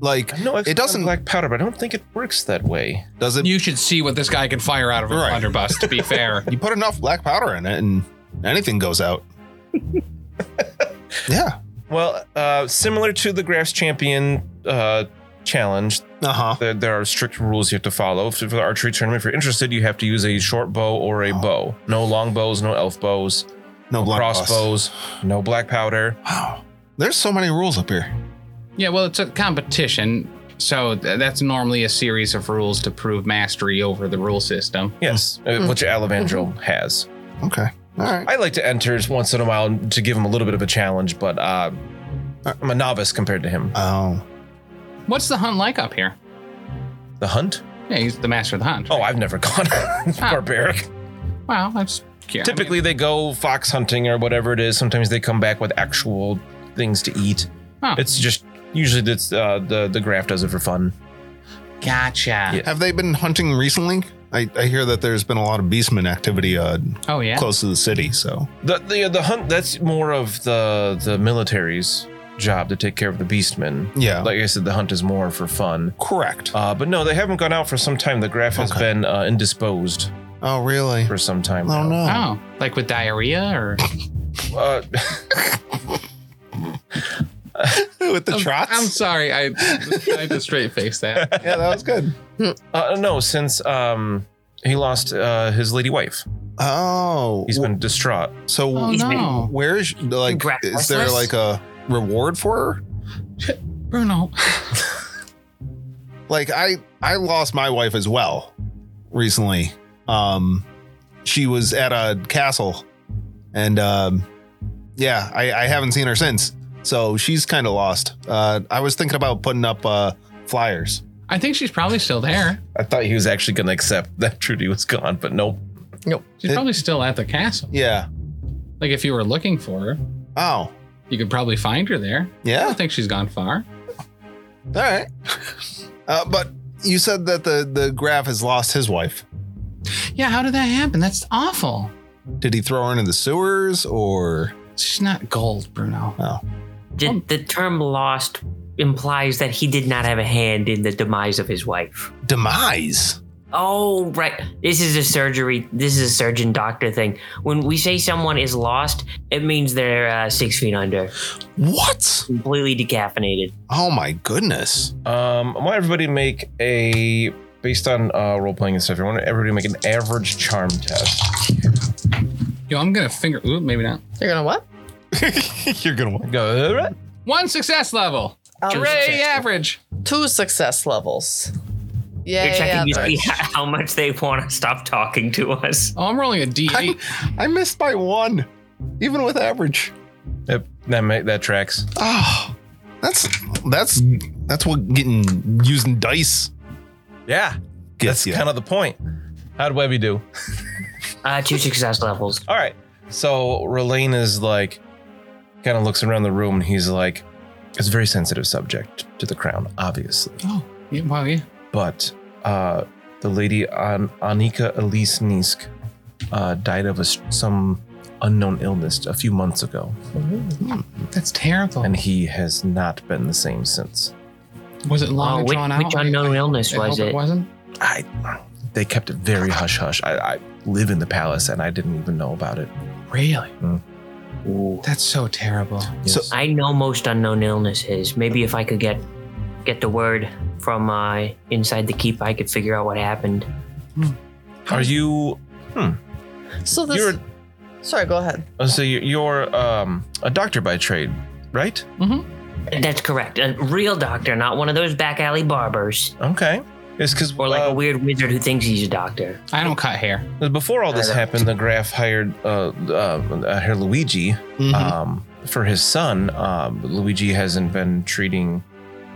Speaker 4: Like,
Speaker 3: I know I've
Speaker 4: It doesn't-
Speaker 3: black powder, but I don't think it works that way.
Speaker 4: does it? You,
Speaker 2: You should see what this guy can fire out of a
Speaker 4: Right.
Speaker 2: blunderbuss. To be fair,
Speaker 4: put enough black powder in it, and anything goes out. Yeah.
Speaker 3: Well, uh, similar to the Graphs Champion uh, challenge,
Speaker 4: Uh huh.
Speaker 3: there, there are strict rules you have to follow. For for the archery tournament, if you're interested, you have to use a short bow or a
Speaker 4: Oh.
Speaker 3: bow. No long bows, no elf bows,
Speaker 4: No blood loss.
Speaker 3: crossbows, no black powder.
Speaker 4: Wow. There's so many rules up here.
Speaker 2: Yeah, well, it's a competition, so th- that's normally a series of rules to prove mastery over the rule system.
Speaker 3: Yes, uh, which Alavandril has.
Speaker 4: Okay. All right.
Speaker 3: I like to enter once in a while to give him a little bit of a challenge, but uh, I'm a novice compared to him.
Speaker 4: Oh.
Speaker 2: What's the hunt like up here?
Speaker 3: The hunt?
Speaker 2: Yeah, he's the master of the hunt.
Speaker 3: Oh, I've never gone barbaric.
Speaker 2: Wow, that's curious.
Speaker 3: Typically, they go fox hunting or whatever it is. Sometimes they come back with actual things to eat.
Speaker 2: Huh.
Speaker 3: It's just usually it's, uh, the the graph does it for fun.
Speaker 2: gotcha.
Speaker 4: Have they been hunting recently? I, I hear that there's been a lot of beastman activity uh,
Speaker 2: Oh yeah.
Speaker 4: close to the city. So
Speaker 3: The the the hunt that's more of the the military's job to take care of the beastmen.
Speaker 4: yeah,
Speaker 3: Like I said, the hunt is more for fun.
Speaker 4: correct.
Speaker 3: Uh, but no, they haven't gone out for some time. The graph has
Speaker 4: Okay.
Speaker 3: been uh, indisposed
Speaker 4: Oh really?
Speaker 3: for some time.
Speaker 4: Oh
Speaker 3: now.
Speaker 4: no.
Speaker 2: Oh, like with diarrhea or
Speaker 3: Uh,
Speaker 4: With the trots.
Speaker 2: I'm sorry, I I had to straight face that.
Speaker 4: yeah, that was good.
Speaker 3: uh, no, since um, he lost uh, his lady wife,
Speaker 4: Oh.
Speaker 3: he's been distraught.
Speaker 4: so
Speaker 2: Oh no,
Speaker 4: where is like
Speaker 6: Grab
Speaker 4: is there
Speaker 6: horses?
Speaker 4: like a reward for her?
Speaker 2: Bruno.
Speaker 4: like i i lost my wife as well recently um she was at a castle and um yeah i i haven't seen her since so she's kind of lost uh i was thinking about putting up uh flyers
Speaker 2: I think she's probably still there.
Speaker 3: I thought he was actually going to accept that Trudy was gone, but nope.
Speaker 2: She's probably still at the castle.
Speaker 4: yeah
Speaker 2: Like if you were looking for her,
Speaker 4: oh
Speaker 2: you could probably find her there. I
Speaker 4: yeah
Speaker 2: don't think she's gone far.
Speaker 4: all right uh but you said that the the graph has lost his wife
Speaker 2: Yeah, how did that happen? That's awful.
Speaker 4: did he throw her into the sewers or
Speaker 2: She's not gold, Bruno. oh.
Speaker 6: Did, the term lost implies that he did not have a hand in the demise of his wife.
Speaker 4: demise
Speaker 6: Oh, right. This is a surgery. This is a surgeon doctor thing. When we say someone is lost, it means they're uh, six feet under,
Speaker 4: what
Speaker 6: completely decaffeinated.
Speaker 4: oh my goodness
Speaker 3: Um, I want everybody to make a based on uh, role playing and stuff. I want everybody to make an average charm test.
Speaker 2: Yo, I'm gonna finger. Ooh, maybe not.
Speaker 5: You're gonna what?
Speaker 4: you're gonna win
Speaker 3: Go "All right."
Speaker 2: One success level.
Speaker 5: Um,
Speaker 2: Hooray, average.
Speaker 5: two success levels. Yeah,
Speaker 6: They're
Speaker 5: yeah,
Speaker 6: checking
Speaker 5: yeah.
Speaker 6: to see how much they want to stop talking to us.
Speaker 2: Oh, I'm rolling a D8.
Speaker 4: I missed by one, even with average.
Speaker 3: Yep, that ma- that tracks.
Speaker 4: Oh, that's that's that's what getting using dice
Speaker 3: Yeah,
Speaker 4: gets
Speaker 3: that's kind of the point. How'd Webby do?
Speaker 6: Uh, two success levels.
Speaker 3: All right. So Relaine is like, kind of looks around the room and he's like, it's a very sensitive subject to the crown, obviously.
Speaker 2: Yeah, well, yeah.
Speaker 3: But uh, the lady An- Anika Elise Nisk uh, died of a s some unknown illness a few months ago,
Speaker 2: That's terrible.
Speaker 3: and he has not been the same since.
Speaker 2: was it long
Speaker 6: Oh,
Speaker 2: and
Speaker 6: which,
Speaker 2: drawn out?
Speaker 6: which
Speaker 2: I-
Speaker 6: unknown
Speaker 2: I-
Speaker 6: illness
Speaker 2: I
Speaker 6: was
Speaker 2: hope it?
Speaker 6: it?
Speaker 2: wasn't.
Speaker 3: I they kept it very hush hush. I, I live in the palace and I didn't even know about it.
Speaker 2: Really?
Speaker 6: Ooh.
Speaker 2: That's so terrible.
Speaker 4: So-
Speaker 3: Yes.
Speaker 6: I know most unknown illnesses. Maybe if I could get get the word from uh, inside the keep, I could figure out what happened.
Speaker 3: are you?
Speaker 5: So this.
Speaker 3: You're
Speaker 5: sorry, go ahead.
Speaker 3: uh, so you- you're um, a doctor by trade, right?
Speaker 6: That's correct. A real doctor, not one of those back alley barbers
Speaker 3: Okay. It's because
Speaker 6: or like a
Speaker 8: uh,
Speaker 6: weird wizard who thinks he's a doctor.
Speaker 2: I don't cut hair.
Speaker 3: before all this
Speaker 6: I know.
Speaker 3: happened, the Graf hired uh, uh, uh, her Luigi
Speaker 2: Mm-hmm.
Speaker 3: um, for his son. Um, Luigi hasn't been treating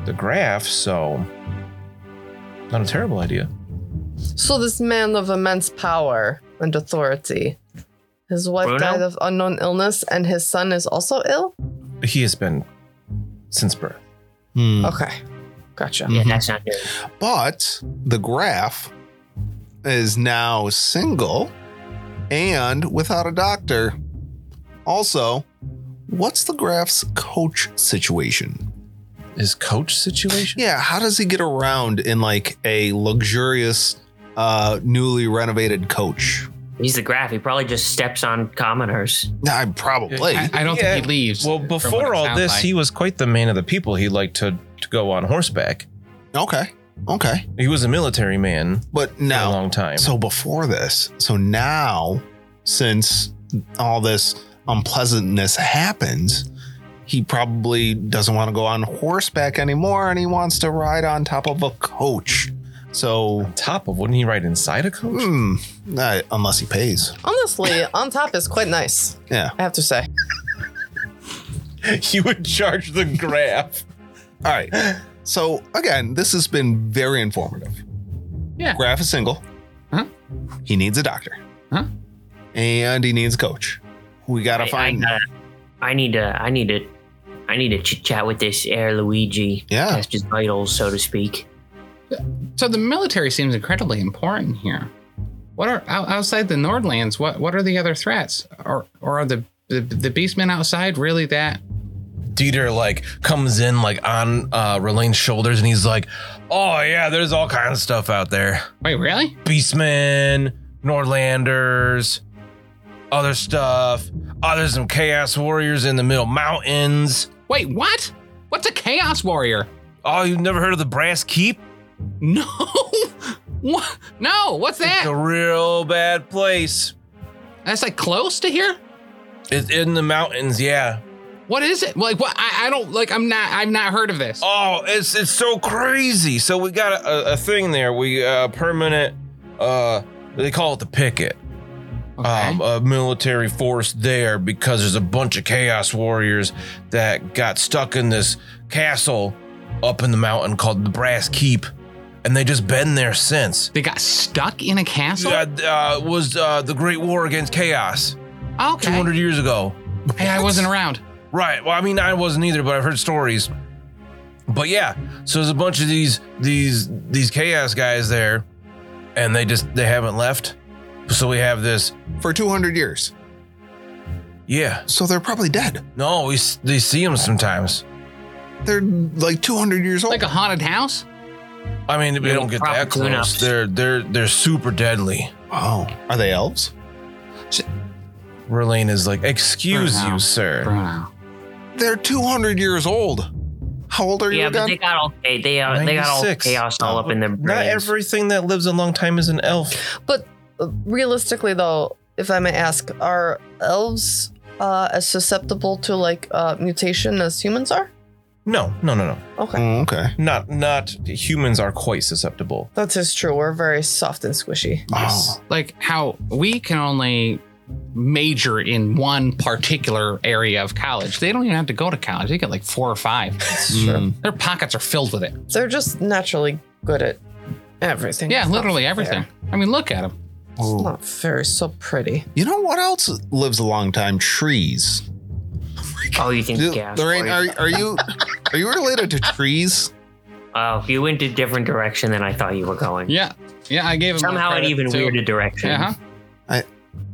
Speaker 3: the Graf, so not a terrible idea.
Speaker 5: So this man of immense power and authority, his wife
Speaker 6: Bruno?
Speaker 5: died of unknown illness, and his son is also ill.
Speaker 3: He has been since birth.
Speaker 4: Hmm.
Speaker 5: Okay, gotcha.
Speaker 6: Yeah,
Speaker 4: Mhm.
Speaker 6: that's not good.
Speaker 4: But the graph is now single and without a doctor. Also, what's the graph's coach situation?
Speaker 3: His coach situation.
Speaker 4: Yeah, how does he get around in like a luxurious, uh, newly renovated coach?
Speaker 6: He's the graph. He probably just steps on commoners.
Speaker 4: I probably.
Speaker 2: I, I don't
Speaker 8: Yeah.
Speaker 2: think he leaves.
Speaker 8: Well,
Speaker 2: from what
Speaker 8: before
Speaker 2: it
Speaker 8: all
Speaker 2: sounds
Speaker 8: this,
Speaker 2: like.
Speaker 8: he was quite the man of the people. He liked to, to go on horseback.
Speaker 4: okay. Okay.
Speaker 8: He was a military man
Speaker 4: But
Speaker 8: for a
Speaker 4: now,
Speaker 8: long time.
Speaker 4: so before this, so now, since all this unpleasantness happens, he probably doesn't want to go on horseback anymore and he wants to ride on top of a coach. So,
Speaker 8: on top of, wouldn't he ride inside a coach?
Speaker 4: hmm, uh, unless he pays.
Speaker 5: Honestly, on top is quite nice.
Speaker 4: Yeah.
Speaker 5: I have to say.
Speaker 2: Mm.
Speaker 8: he would charge the graph.
Speaker 4: All right. So again, this has been very informative.
Speaker 2: Yeah.
Speaker 4: Graph is single.
Speaker 6: Uh-huh.
Speaker 2: Huh?
Speaker 4: He needs a doctor.
Speaker 2: Huh?
Speaker 4: And he needs a coach. We gotta
Speaker 6: I,
Speaker 4: find.
Speaker 6: I, gotta- I need to. I need to. I need to chit chat with this Air Luigi.
Speaker 5: Ah.
Speaker 4: Yeah.
Speaker 6: Test his vitals, so to speak.
Speaker 2: So the military seems incredibly important here. What are out- outside the Nordlands? What what are the other threats? Or or are the the, the beastmen outside really that?
Speaker 3: Dieter like comes in like on uh Relaine's shoulders and he's like, Oh yeah, there's all kinds of stuff out there.
Speaker 2: Wait, really?
Speaker 3: Beastmen, Nordlanders, other stuff. Oh, there's some chaos warriors in the middle mountains.
Speaker 2: Wait, what? What's a chaos warrior?
Speaker 3: Oh, you've never heard of the brass keep?
Speaker 2: No, what? No, what's
Speaker 3: It's a
Speaker 2: that?
Speaker 3: real bad place.
Speaker 2: That's like close to here.
Speaker 3: It's in the mountains, yeah.
Speaker 2: What is it? Like what? I, I don't like. I'm not. I've not heard of this.
Speaker 3: Oh, it's it's so crazy. So we got a, a thing there. We uh permanent uh they call it the picket.
Speaker 2: Okay.
Speaker 3: um, a military force there because there's a bunch of chaos warriors that got stuck in this castle up in the mountain called the Brass Keep, and they just been there since.
Speaker 2: they got stuck in a castle.
Speaker 3: Uh, uh, was uh, the Great War against Chaos
Speaker 2: okay.
Speaker 3: 200 years ago?
Speaker 2: Hey, I wasn't around.
Speaker 3: Right. Well, I mean, I wasn't either, but I've heard stories. But yeah, so there's a bunch of these these these chaos guys there, and they just they haven't left. So we have this.
Speaker 4: for 200 years.
Speaker 3: Yeah.
Speaker 4: So they're probably dead.
Speaker 3: No, we s- they see them sometimes.
Speaker 4: They're like 200 years old.
Speaker 2: Like a haunted house.
Speaker 3: I mean, they
Speaker 6: Yeah,
Speaker 3: don't get
Speaker 6: proper
Speaker 3: that close.
Speaker 6: tune-ups.
Speaker 3: They're they're they're super deadly.
Speaker 4: oh, are they elves?
Speaker 3: Verlaine is like, excuse
Speaker 2: Bruno.
Speaker 3: you, sir.
Speaker 2: Bruno.
Speaker 4: They're 200 years old. How old are you
Speaker 6: Yeah, but
Speaker 4: again?
Speaker 6: they got all they they, uh, they got all
Speaker 3: 96.
Speaker 6: chaos all
Speaker 5: Oh,
Speaker 6: up in their brains.
Speaker 8: Not everything that lives a long time is an elf.
Speaker 5: But uh, realistically, though, if I may ask, are elves uh, as susceptible to like uh, mutation as humans are?
Speaker 8: No, no, no, no.
Speaker 5: Okay,
Speaker 4: Mm, okay.
Speaker 8: Not not humans are quite susceptible.
Speaker 5: that is true. We're very soft and squishy.
Speaker 4: Oh,
Speaker 2: like how we can only major in one particular area of college. They don't even have to go to college. They get like four or five.
Speaker 4: mm.
Speaker 2: Their pockets are filled with it.
Speaker 5: They're just naturally good at everything.
Speaker 2: Yeah,
Speaker 5: It's not
Speaker 2: literally
Speaker 5: fair.
Speaker 2: everything. I mean, look at them.
Speaker 5: It's
Speaker 4: Ooh.
Speaker 5: not fair. It's so pretty.
Speaker 4: You know what else lives a long time? Trees.
Speaker 6: Oh, you think
Speaker 4: Do-
Speaker 6: chaos?
Speaker 4: Lorraine,
Speaker 6: warriors-
Speaker 4: are, are you are you related to trees?
Speaker 6: oh, you went a different direction than I thought you were going.
Speaker 2: Yeah. Yeah, I gave them
Speaker 6: Somehow an even weirder direction.
Speaker 2: Uh-huh.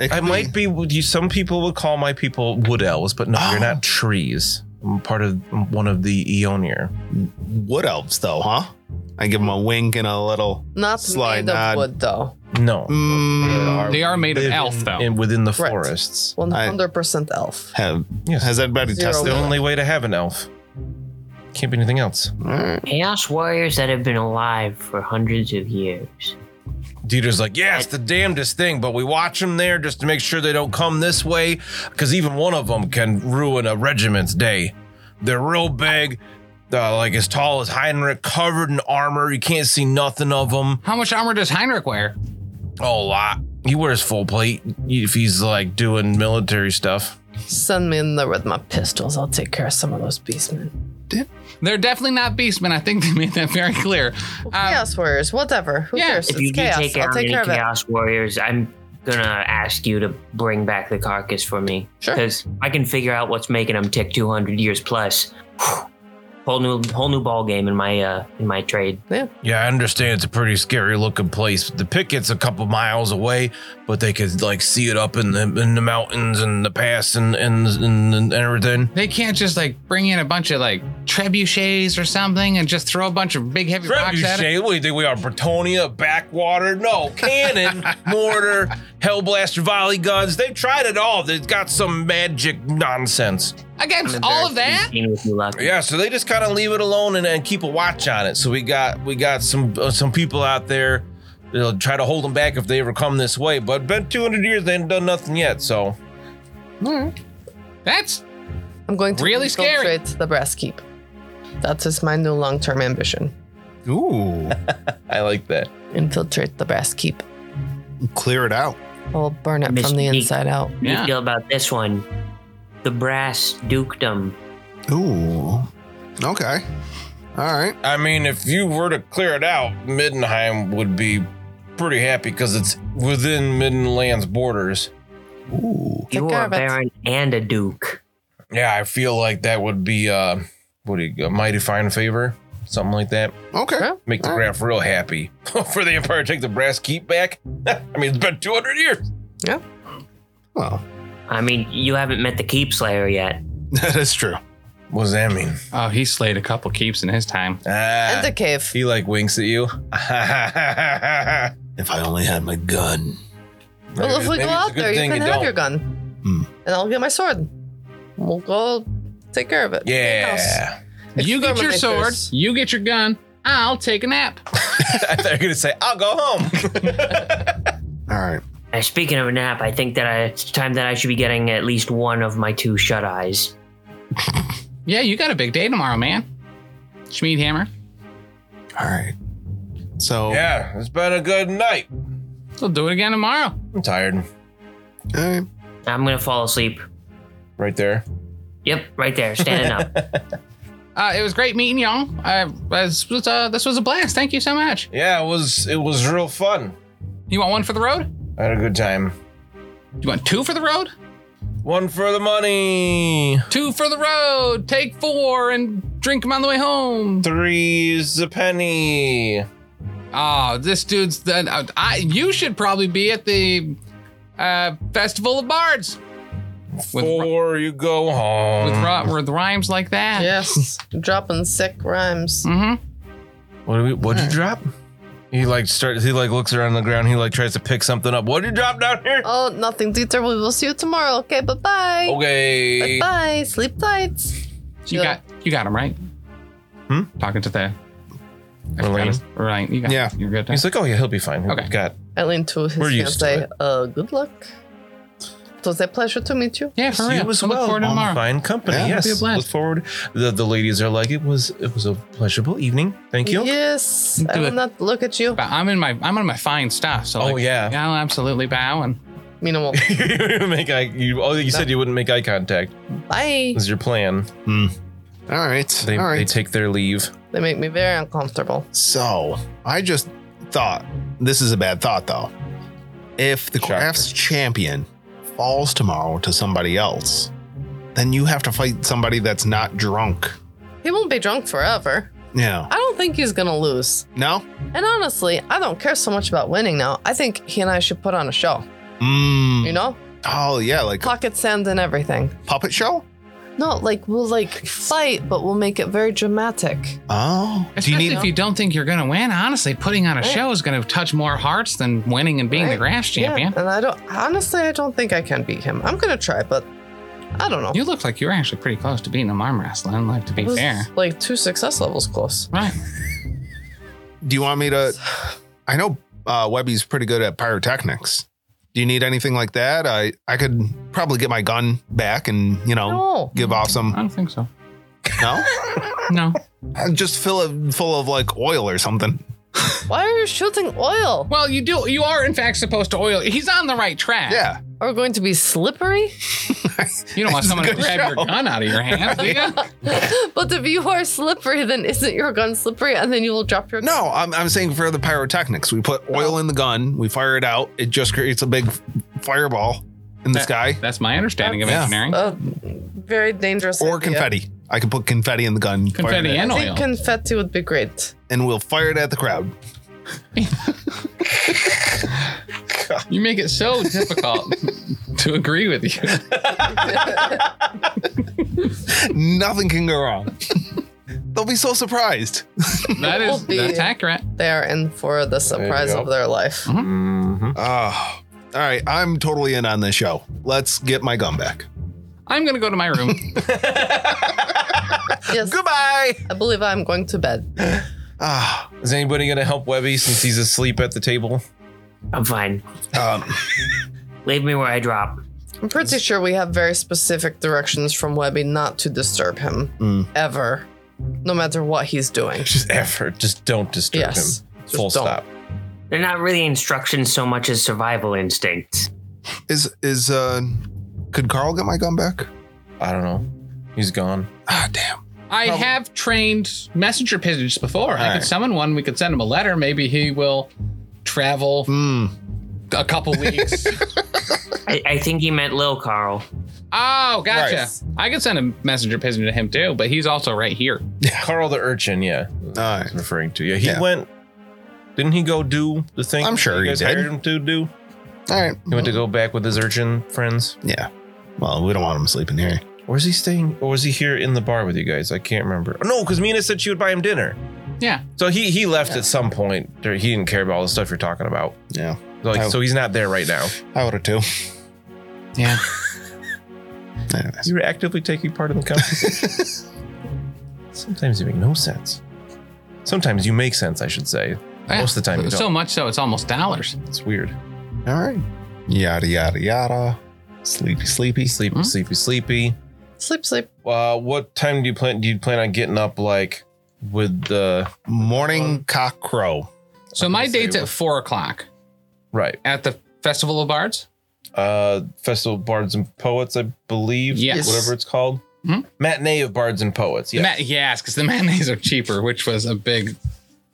Speaker 4: It
Speaker 8: I
Speaker 4: could be-
Speaker 8: might be. You, some people would call my people wood elves, but no, you're
Speaker 4: Oh.
Speaker 8: not trees. I'm part of one of the Eonir.
Speaker 4: wood elves, though, huh? I give them a wink and a little.
Speaker 5: Not
Speaker 4: Sly
Speaker 5: made
Speaker 4: nod.
Speaker 5: of wood, though.
Speaker 8: No,
Speaker 4: Mm,
Speaker 2: They are made of
Speaker 8: Live
Speaker 2: elf,
Speaker 8: in-
Speaker 2: though.
Speaker 8: in- within the
Speaker 5: Right.
Speaker 8: forests.
Speaker 5: One hundred percent elf.
Speaker 4: have
Speaker 8: Yes.
Speaker 4: has anybody
Speaker 5: Zero
Speaker 8: That's the
Speaker 4: tested?
Speaker 5: wood.
Speaker 8: only way to have an elf. Can't be anything else.
Speaker 6: Chaos warriors that have been alive for hundreds of years.
Speaker 3: Dieter's like, yeah, it's the damnedest thing, but we watch them there just to make sure they don't come this way, because even one of them can ruin a regiment's day. They're real big, uh, like as tall as Heinrich, covered in armor. You can't see nothing of them.
Speaker 2: How much armor does Heinrich wear?
Speaker 3: A lot. He wears full plate if he's like doing military stuff.
Speaker 5: Send me in there with my pistols. I'll take care of some of those beastmen.
Speaker 2: They're definitely not beastmen. I think they made that very clear. Um,
Speaker 5: chaos warriors, whatever. Who
Speaker 2: yeah,
Speaker 5: cares?
Speaker 6: if
Speaker 5: It's
Speaker 6: you do
Speaker 5: chaos.
Speaker 6: take
Speaker 5: I'll
Speaker 6: out
Speaker 5: take
Speaker 6: any
Speaker 5: care of it.
Speaker 6: chaos warriors, I'm gonna ask you to bring back the carcass for me.
Speaker 5: Sure.
Speaker 6: Because I can figure out what's making them tick 200 years plus. Whole new, whole new ball game in my, uh, in my trade.
Speaker 3: Yeah, I understand it's a pretty scary looking place. The picket's a couple miles away, but they could like see it up in the in the mountains and the pass and and, and, and everything.
Speaker 2: They can't just like bring in a bunch of like trebuchets or something and just throw a bunch of big heavy rocks at it.
Speaker 3: Trebuchet, what do you think we are? Bretonia, backwater? No, cannon, mortar, Hellblaster volley guns. They've tried it all. They've got some magic nonsense.
Speaker 2: Against all of that?
Speaker 6: With you laughing.
Speaker 3: Yeah, so they just kind of leave it alone and, and keep a watch on it. So we got we got some uh, some people out there. They'll try to hold them back if they ever come this way. But been 200 years, they ain't done nothing yet. So
Speaker 2: That's
Speaker 5: I'm going to
Speaker 2: Really scary.
Speaker 5: infiltrate the breast keep. That is my new long term ambition.
Speaker 4: Ooh,
Speaker 3: I like that.
Speaker 5: Infiltrate the breast keep.
Speaker 4: clear it out.
Speaker 5: I'll burn it from the
Speaker 6: Mystique.
Speaker 5: inside out.
Speaker 6: How do
Speaker 2: Yeah.
Speaker 6: you feel about this one? The brass dukedom.
Speaker 4: Ooh, okay, all right.
Speaker 3: I mean, if you were to clear it out, Middenheim would be pretty happy because it's within Middenland's borders.
Speaker 4: Ooh,
Speaker 5: Take
Speaker 6: You
Speaker 5: care
Speaker 6: are a
Speaker 5: of it.
Speaker 6: baron and a duke.
Speaker 3: Yeah, I feel like that would be uh, what do you, a mighty fine favor, something like that.
Speaker 4: okay.
Speaker 3: Make
Speaker 5: Uh.
Speaker 3: the graph real happy for the Empire. to Take the brass keep back. I mean, it's been 200 years.
Speaker 4: Well,
Speaker 6: I mean, you haven't met the keep slayer yet.
Speaker 4: that is true.
Speaker 3: What does that mean?
Speaker 2: oh, he slayed a couple keeps in his time.
Speaker 3: Ah,
Speaker 5: And the cave.
Speaker 3: he like winks at you.
Speaker 4: If I only had my gun.
Speaker 5: Well, if we
Speaker 3: Maybe it's
Speaker 5: go
Speaker 3: a
Speaker 5: out
Speaker 3: good
Speaker 5: there, you
Speaker 3: thing
Speaker 5: can have
Speaker 3: don't.
Speaker 5: your gun.
Speaker 4: Hmm.
Speaker 5: And I'll get my sword. We'll go take care of it. House.
Speaker 3: Yeah.
Speaker 2: You get your sword,
Speaker 5: Exterminators.
Speaker 2: you get your gun, I'll take a nap.
Speaker 3: I thought you were gonna say, "I'll go home."
Speaker 4: All right.
Speaker 6: Uh, speaking of a nap, I think that I, it's time that I should be getting at least one of my two shut eyes.
Speaker 2: Yeah, you got a big day tomorrow, man. Schmied hammer.
Speaker 4: All right. So
Speaker 3: yeah, it's been a good night.
Speaker 2: We'll do it again tomorrow.
Speaker 3: I'm tired.
Speaker 4: all right.
Speaker 6: I'm gonna fall asleep.
Speaker 3: Right there.
Speaker 6: Yep, right there, standing up.
Speaker 2: Uh, it was great meeting y'all. I, this, was, uh, this was a blast. Thank you so much.
Speaker 3: Yeah, it was it was real fun.
Speaker 2: You want one for the road?
Speaker 3: I had a good time.
Speaker 2: You want two for the road?
Speaker 3: One for the money.
Speaker 2: Two for the road. Take four and drink them on the way home.
Speaker 3: Three's a penny.
Speaker 2: Oh, this dude's the. Uh, I you should probably be at the uh, festival of bards With-
Speaker 3: Four, you go home.
Speaker 2: with ri- with rhymes like that.
Speaker 5: Yes. Dropping sick rhymes.
Speaker 2: Mm-hmm.
Speaker 3: What do we, what'd you drop? He like starts. He like looks around the ground. He like tries to pick something up. What did you drop down here?
Speaker 5: Oh, nothing, Dieter. We will see you tomorrow. Okay, bye bye.
Speaker 4: Oh,
Speaker 3: Okay.
Speaker 5: Bye bye. Sleep tight.
Speaker 2: You got you got him right.
Speaker 3: Hmm?
Speaker 2: Talking to the. I forgot
Speaker 3: Relaine?
Speaker 2: his- Relaine, you got.
Speaker 4: Yeah.
Speaker 2: you're good.
Speaker 3: He's like, oh yeah, he'll be fine.
Speaker 2: Okay.
Speaker 3: Got.
Speaker 5: I lean to his
Speaker 3: We're used to
Speaker 5: fiance. Uh, good luck. It was a pleasure to meet you.
Speaker 2: yeah, for real.
Speaker 3: You as
Speaker 2: I Look
Speaker 3: well.
Speaker 2: forward to tomorrow.
Speaker 3: Fine company.
Speaker 4: Yeah,
Speaker 3: yes.
Speaker 2: it'll be a blast.
Speaker 3: Look forward. The the ladies are like, it was it was a pleasurable evening. Thank you.
Speaker 5: Yes. I
Speaker 2: Do
Speaker 5: will
Speaker 2: it.
Speaker 5: not look at you.
Speaker 2: But I'm in my I'm on my fine stuff. So
Speaker 3: Oh,
Speaker 2: like,
Speaker 3: yeah.
Speaker 2: I'll absolutely bow and
Speaker 5: Mina won't.
Speaker 3: you make eye. You, oh, you said you wouldn't make eye contact.
Speaker 5: Bye.
Speaker 3: Is your plan?
Speaker 4: All right.
Speaker 3: They
Speaker 4: all right.
Speaker 3: they take their leave.
Speaker 5: They make me very uncomfortable.
Speaker 4: So I just thought this is a bad thought though. If the
Speaker 3: Shocker.
Speaker 4: crafts champion falls tomorrow to somebody else, then you have to fight somebody that's not drunk.
Speaker 5: He won't be drunk forever.
Speaker 4: Yeah.
Speaker 5: I don't think he's gonna lose.
Speaker 4: No?
Speaker 5: And honestly, I don't care so much about winning now. I think he and I should put on a show.
Speaker 4: Mm.
Speaker 5: You know,
Speaker 4: Oh yeah, like a
Speaker 5: pocket sand and everything.
Speaker 4: puppet show?
Speaker 5: No, like we'll like fight, but we'll make it very dramatic.
Speaker 4: Oh. Do you
Speaker 2: especially
Speaker 4: need
Speaker 2: if you don't think you're gonna win, honestly, putting on a
Speaker 5: Right.
Speaker 2: show is gonna touch more hearts than winning and being the
Speaker 5: Right.
Speaker 2: grass champion.
Speaker 5: Yeah, and I don't honestly, I don't think I can beat him. I'm gonna try, but I don't know.
Speaker 2: You look like you're actually pretty close to beating him arm wrestling, like to be
Speaker 5: It was,
Speaker 2: fair.
Speaker 5: like two success levels close.
Speaker 2: Right.
Speaker 4: do you want me to I know uh Webby's pretty good at pyrotechnics. Do you need anything like that? I I could probably get my gun back and, you know,
Speaker 5: No,
Speaker 4: give off
Speaker 2: I
Speaker 4: some
Speaker 2: don't think so.
Speaker 4: No?
Speaker 2: No.
Speaker 4: Uh, Just fill it full of like oil or something.
Speaker 5: why are you shooting oil?
Speaker 2: Well, you do. You are in fact supposed to oil. He's on the right track.
Speaker 4: Yeah.
Speaker 5: Are we going to be slippery?
Speaker 2: You don't want
Speaker 4: This is a
Speaker 2: someone to
Speaker 4: good
Speaker 2: grab
Speaker 4: show.
Speaker 2: your gun out of your hand. do you?
Speaker 5: but if you are slippery, then isn't your gun slippery, and then you will drop your
Speaker 4: No, I'm, I'm saying for the pyrotechnics, we put oil in the gun, we fire it out, it just creates a big fireball in the sky
Speaker 2: That's my understanding of
Speaker 4: Yeah.
Speaker 2: engineering.
Speaker 5: Uh, very dangerous.
Speaker 4: or
Speaker 5: idea.
Speaker 4: confetti. I can put confetti in the gun, fire
Speaker 2: Confetti
Speaker 4: it at-
Speaker 2: and
Speaker 5: I
Speaker 2: oil.
Speaker 5: think confetti would be great.
Speaker 4: and we'll fire it at the crowd.
Speaker 2: You make it so difficult to agree with you.
Speaker 4: Nothing can go wrong. They'll be so surprised.
Speaker 2: That
Speaker 5: Will
Speaker 2: is
Speaker 5: be.
Speaker 2: that's accurate.
Speaker 5: They are in for the surprise
Speaker 3: go.
Speaker 5: of their life.
Speaker 3: Mm-hmm.
Speaker 4: Oh, All right, I'm totally in on this show. Let's get my gum back.
Speaker 2: I'm gonna go to my room.
Speaker 5: Yes,
Speaker 4: Goodbye.
Speaker 5: I believe I'm going to bed.
Speaker 4: Ah,
Speaker 3: Is anybody going to help Webby since he's asleep at the table?
Speaker 6: I'm fine.
Speaker 4: um,
Speaker 6: Leave me where I drop.
Speaker 5: I'm pretty sure we have very specific directions from Webby not to disturb him
Speaker 4: Mm.
Speaker 5: ever, no matter what he's doing.
Speaker 3: Just effort. Just don't disturb
Speaker 5: Yes.
Speaker 3: him.
Speaker 5: Just
Speaker 3: Full
Speaker 5: don't.
Speaker 3: stop.
Speaker 6: They're not really instructions so much as survival instincts.
Speaker 4: is is uh, could Carl get my gum back?
Speaker 3: I don't know. He's gone.
Speaker 4: Ah, damn.
Speaker 2: I
Speaker 4: Probably.
Speaker 2: have trained messenger pigeons before. I
Speaker 4: Alright.
Speaker 2: could summon one. We could send him a letter. Maybe he will travel
Speaker 4: Hmm.
Speaker 2: a couple weeks.
Speaker 6: I, I think he meant Lil Carl.
Speaker 2: oh, gotcha.
Speaker 4: Right.
Speaker 2: I could send a messenger pigeon to him too, but he's also right here.
Speaker 3: Carl the urchin, yeah.
Speaker 4: All right.
Speaker 3: He's referring to. Yeah, he
Speaker 4: Yeah.
Speaker 3: went. Didn't he go do the thing?
Speaker 4: I'm sure
Speaker 3: you
Speaker 4: he
Speaker 3: guys
Speaker 4: did.
Speaker 3: hired him to do.
Speaker 4: All right.
Speaker 3: He went to go back with his urchin friends.
Speaker 4: Yeah. Well, we don't want him sleeping here.
Speaker 3: Or is he staying? Or was he here in the bar with you guys? I can't remember. No, because Mina said she would buy him dinner.
Speaker 2: Yeah.
Speaker 3: So he he left at some point. Or He didn't care about all the stuff you're talking about.
Speaker 4: Yeah.
Speaker 3: Like,
Speaker 4: Oh.
Speaker 3: so he's not there right now.
Speaker 4: I would have too.
Speaker 2: Yeah.
Speaker 4: Anyways.
Speaker 3: You were actively taking part in the conversation. Sometimes you make no sense. Sometimes you make sense, I should say. Most of the time you
Speaker 2: So
Speaker 3: don't.
Speaker 2: much so it's almost dollars.
Speaker 3: It's weird.
Speaker 4: All right. Yada yada yada. Sleepy sleepy.
Speaker 3: Sleepy,
Speaker 2: Hmm?
Speaker 3: sleepy, sleepy.
Speaker 5: Sleep, sleep.
Speaker 3: Uh, what time do you plan? Do you plan on getting up like with the
Speaker 4: Morning cock crow.
Speaker 2: So
Speaker 3: I'm
Speaker 2: my
Speaker 3: gonna say
Speaker 2: date's
Speaker 3: we're-
Speaker 2: at four o'clock
Speaker 3: right
Speaker 2: at the Festival of Bards.
Speaker 3: uh festival of bards and poets? I believe.
Speaker 2: Yes.
Speaker 3: Whatever it's called.
Speaker 2: Hmm?
Speaker 3: Matinee of bards and poets.
Speaker 2: Yeah.
Speaker 3: Yeah.
Speaker 2: Ma- yes, because the mayonnaise are cheaper, which was a big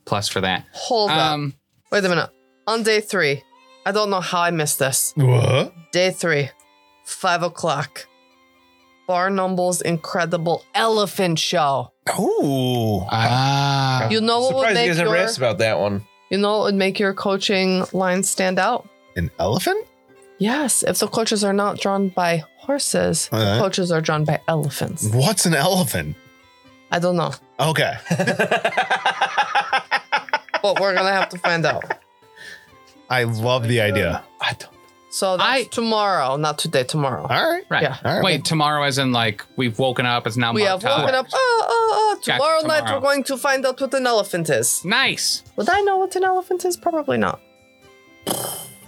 Speaker 2: plus for that.
Speaker 5: Hold up.
Speaker 2: Um,
Speaker 5: Wait a minute. On day three, I don't know how I missed this.
Speaker 4: What?
Speaker 5: Day three, five o'clock. Barnumble's incredible elephant show.
Speaker 4: Oh.
Speaker 2: ah,
Speaker 5: You know what would
Speaker 3: Surprised you
Speaker 5: make
Speaker 3: guys never
Speaker 5: your
Speaker 3: asked about that one.
Speaker 5: you know what would make your coaching line stand out?
Speaker 4: An elephant?
Speaker 5: Yes, if the coaches are not drawn by horses,
Speaker 4: All right.
Speaker 5: coaches are drawn by elephants.
Speaker 4: What's an elephant?
Speaker 5: I don't know,
Speaker 4: Okay.
Speaker 5: but we're gonna have to find out.
Speaker 4: I love the idea.
Speaker 3: I don't.
Speaker 5: So that's
Speaker 2: I-
Speaker 5: tomorrow, not today. Tomorrow.
Speaker 4: All right.
Speaker 2: right.
Speaker 5: Yeah.
Speaker 4: All right.
Speaker 2: Wait, tomorrow as in like we've woken up. It's now
Speaker 5: we have
Speaker 2: marked up.
Speaker 5: woken up. Oh, oh, oh!
Speaker 2: Gotcha,
Speaker 5: Tomorrow night
Speaker 2: tomorrow.
Speaker 5: we're going to find out what an elephant is.
Speaker 2: Nice.
Speaker 5: Would I know what an elephant is? Probably not.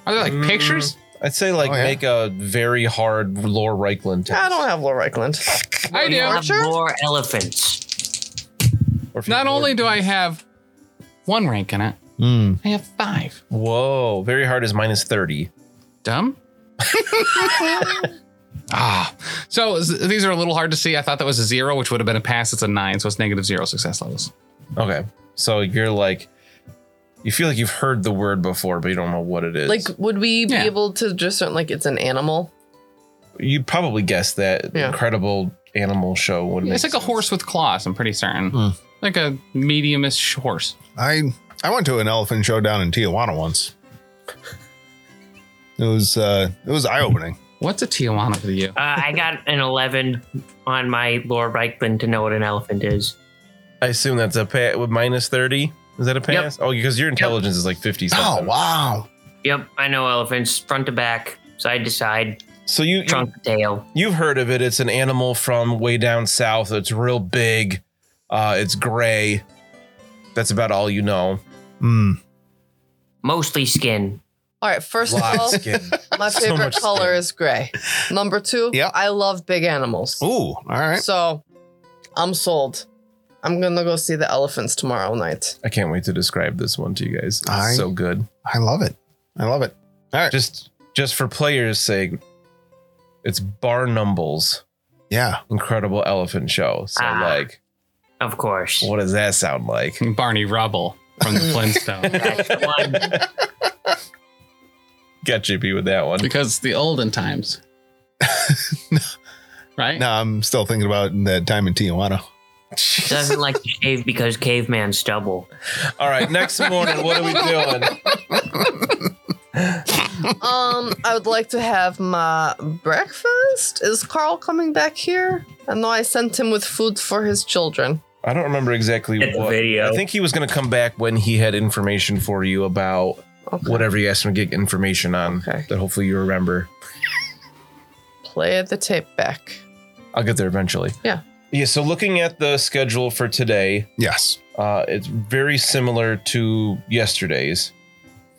Speaker 2: Are there like
Speaker 3: Mm.
Speaker 2: pictures?
Speaker 3: I'd say like
Speaker 4: Oh, yeah.
Speaker 3: make a very hard Lore Reichland test.
Speaker 5: I don't have Laura Reichland.
Speaker 2: I do.
Speaker 6: Have
Speaker 5: Sure.
Speaker 6: More elephants.
Speaker 3: Or if you
Speaker 2: Not
Speaker 3: were-
Speaker 2: only do I have one rank in it,
Speaker 4: Mm.
Speaker 2: I have five.
Speaker 3: Whoa, very hard is minus 30.
Speaker 2: Dumb. ah, so s- these are a little hard to see. I thought that was a zero, which would have been a pass. It's a nine, so it's negative zero success levels.
Speaker 3: Okay. So you're like, you feel like you've heard the word before, but you don't know what it is.
Speaker 5: Like, would we
Speaker 2: Yeah.
Speaker 5: be able to discern like it's an animal?
Speaker 3: you probably guessed that
Speaker 5: Yeah.
Speaker 3: incredible animal show would
Speaker 2: It's like
Speaker 3: make
Speaker 2: a horse with claws. I'm pretty certain.
Speaker 4: Hmm.
Speaker 2: Like a mediumish horse.
Speaker 4: I I went to an elephant show down in Tijuana once. It was uh it was eye opening.
Speaker 2: What's a Tijuana for you?
Speaker 6: Uh, I got an 11 on my Lord Reichland to know what an elephant is.
Speaker 3: I assume that's a pass with minus 30. Is that a pass? Oh, because your intelligence is like 50 something.
Speaker 4: Oh, wow.
Speaker 6: Yep, I know elephants front to back, side to side,
Speaker 3: So you, you
Speaker 6: trunk to tail.
Speaker 3: You've heard of it. It's an animal from way down south. It's real big. Uh, it's gray. That's about all you know.
Speaker 4: Mm.
Speaker 6: Mostly skin.
Speaker 5: All right. First of all,
Speaker 3: Lot skin.
Speaker 5: my
Speaker 3: So
Speaker 5: favorite
Speaker 3: much
Speaker 5: color
Speaker 3: skin.
Speaker 5: is gray. Number two,
Speaker 4: Yeah.
Speaker 5: I love big animals.
Speaker 4: Ooh, all right.
Speaker 5: So I'm sold. I'm gonna go see the elephants tomorrow night.
Speaker 3: I can't wait to describe this one to you guys. It's
Speaker 4: I-
Speaker 3: so good.
Speaker 4: I love it. I love it. All right.
Speaker 3: Just just for players' sake, it's Barnumble's
Speaker 4: yeah.
Speaker 3: incredible elephant show. So
Speaker 6: Ah.
Speaker 3: like,
Speaker 6: Of course.
Speaker 3: what does that sound like?
Speaker 2: Barney Rubble from the Flintstones.
Speaker 6: That's one.
Speaker 3: Got JP with that one.
Speaker 2: because the olden times. right?
Speaker 4: No, I'm still thinking about that time in Tijuana.
Speaker 6: Doesn't like to shave because caveman stubble.
Speaker 3: All right, next morning, what are we doing?
Speaker 5: Um, I would like to have my breakfast. Is Carl coming back here? I know I sent him with food for his children.
Speaker 3: I don't remember exactly
Speaker 6: It's a
Speaker 3: what.
Speaker 6: video.
Speaker 3: I think he was going to come back when he had information for you about whatever you asked him to get information on
Speaker 5: Okay.
Speaker 3: that hopefully you remember.
Speaker 5: Play the tape back.
Speaker 3: I'll get there eventually.
Speaker 5: Yeah.
Speaker 3: Yeah. So looking at the schedule for today,
Speaker 4: Yes.
Speaker 3: uh, it's very similar to yesterday's.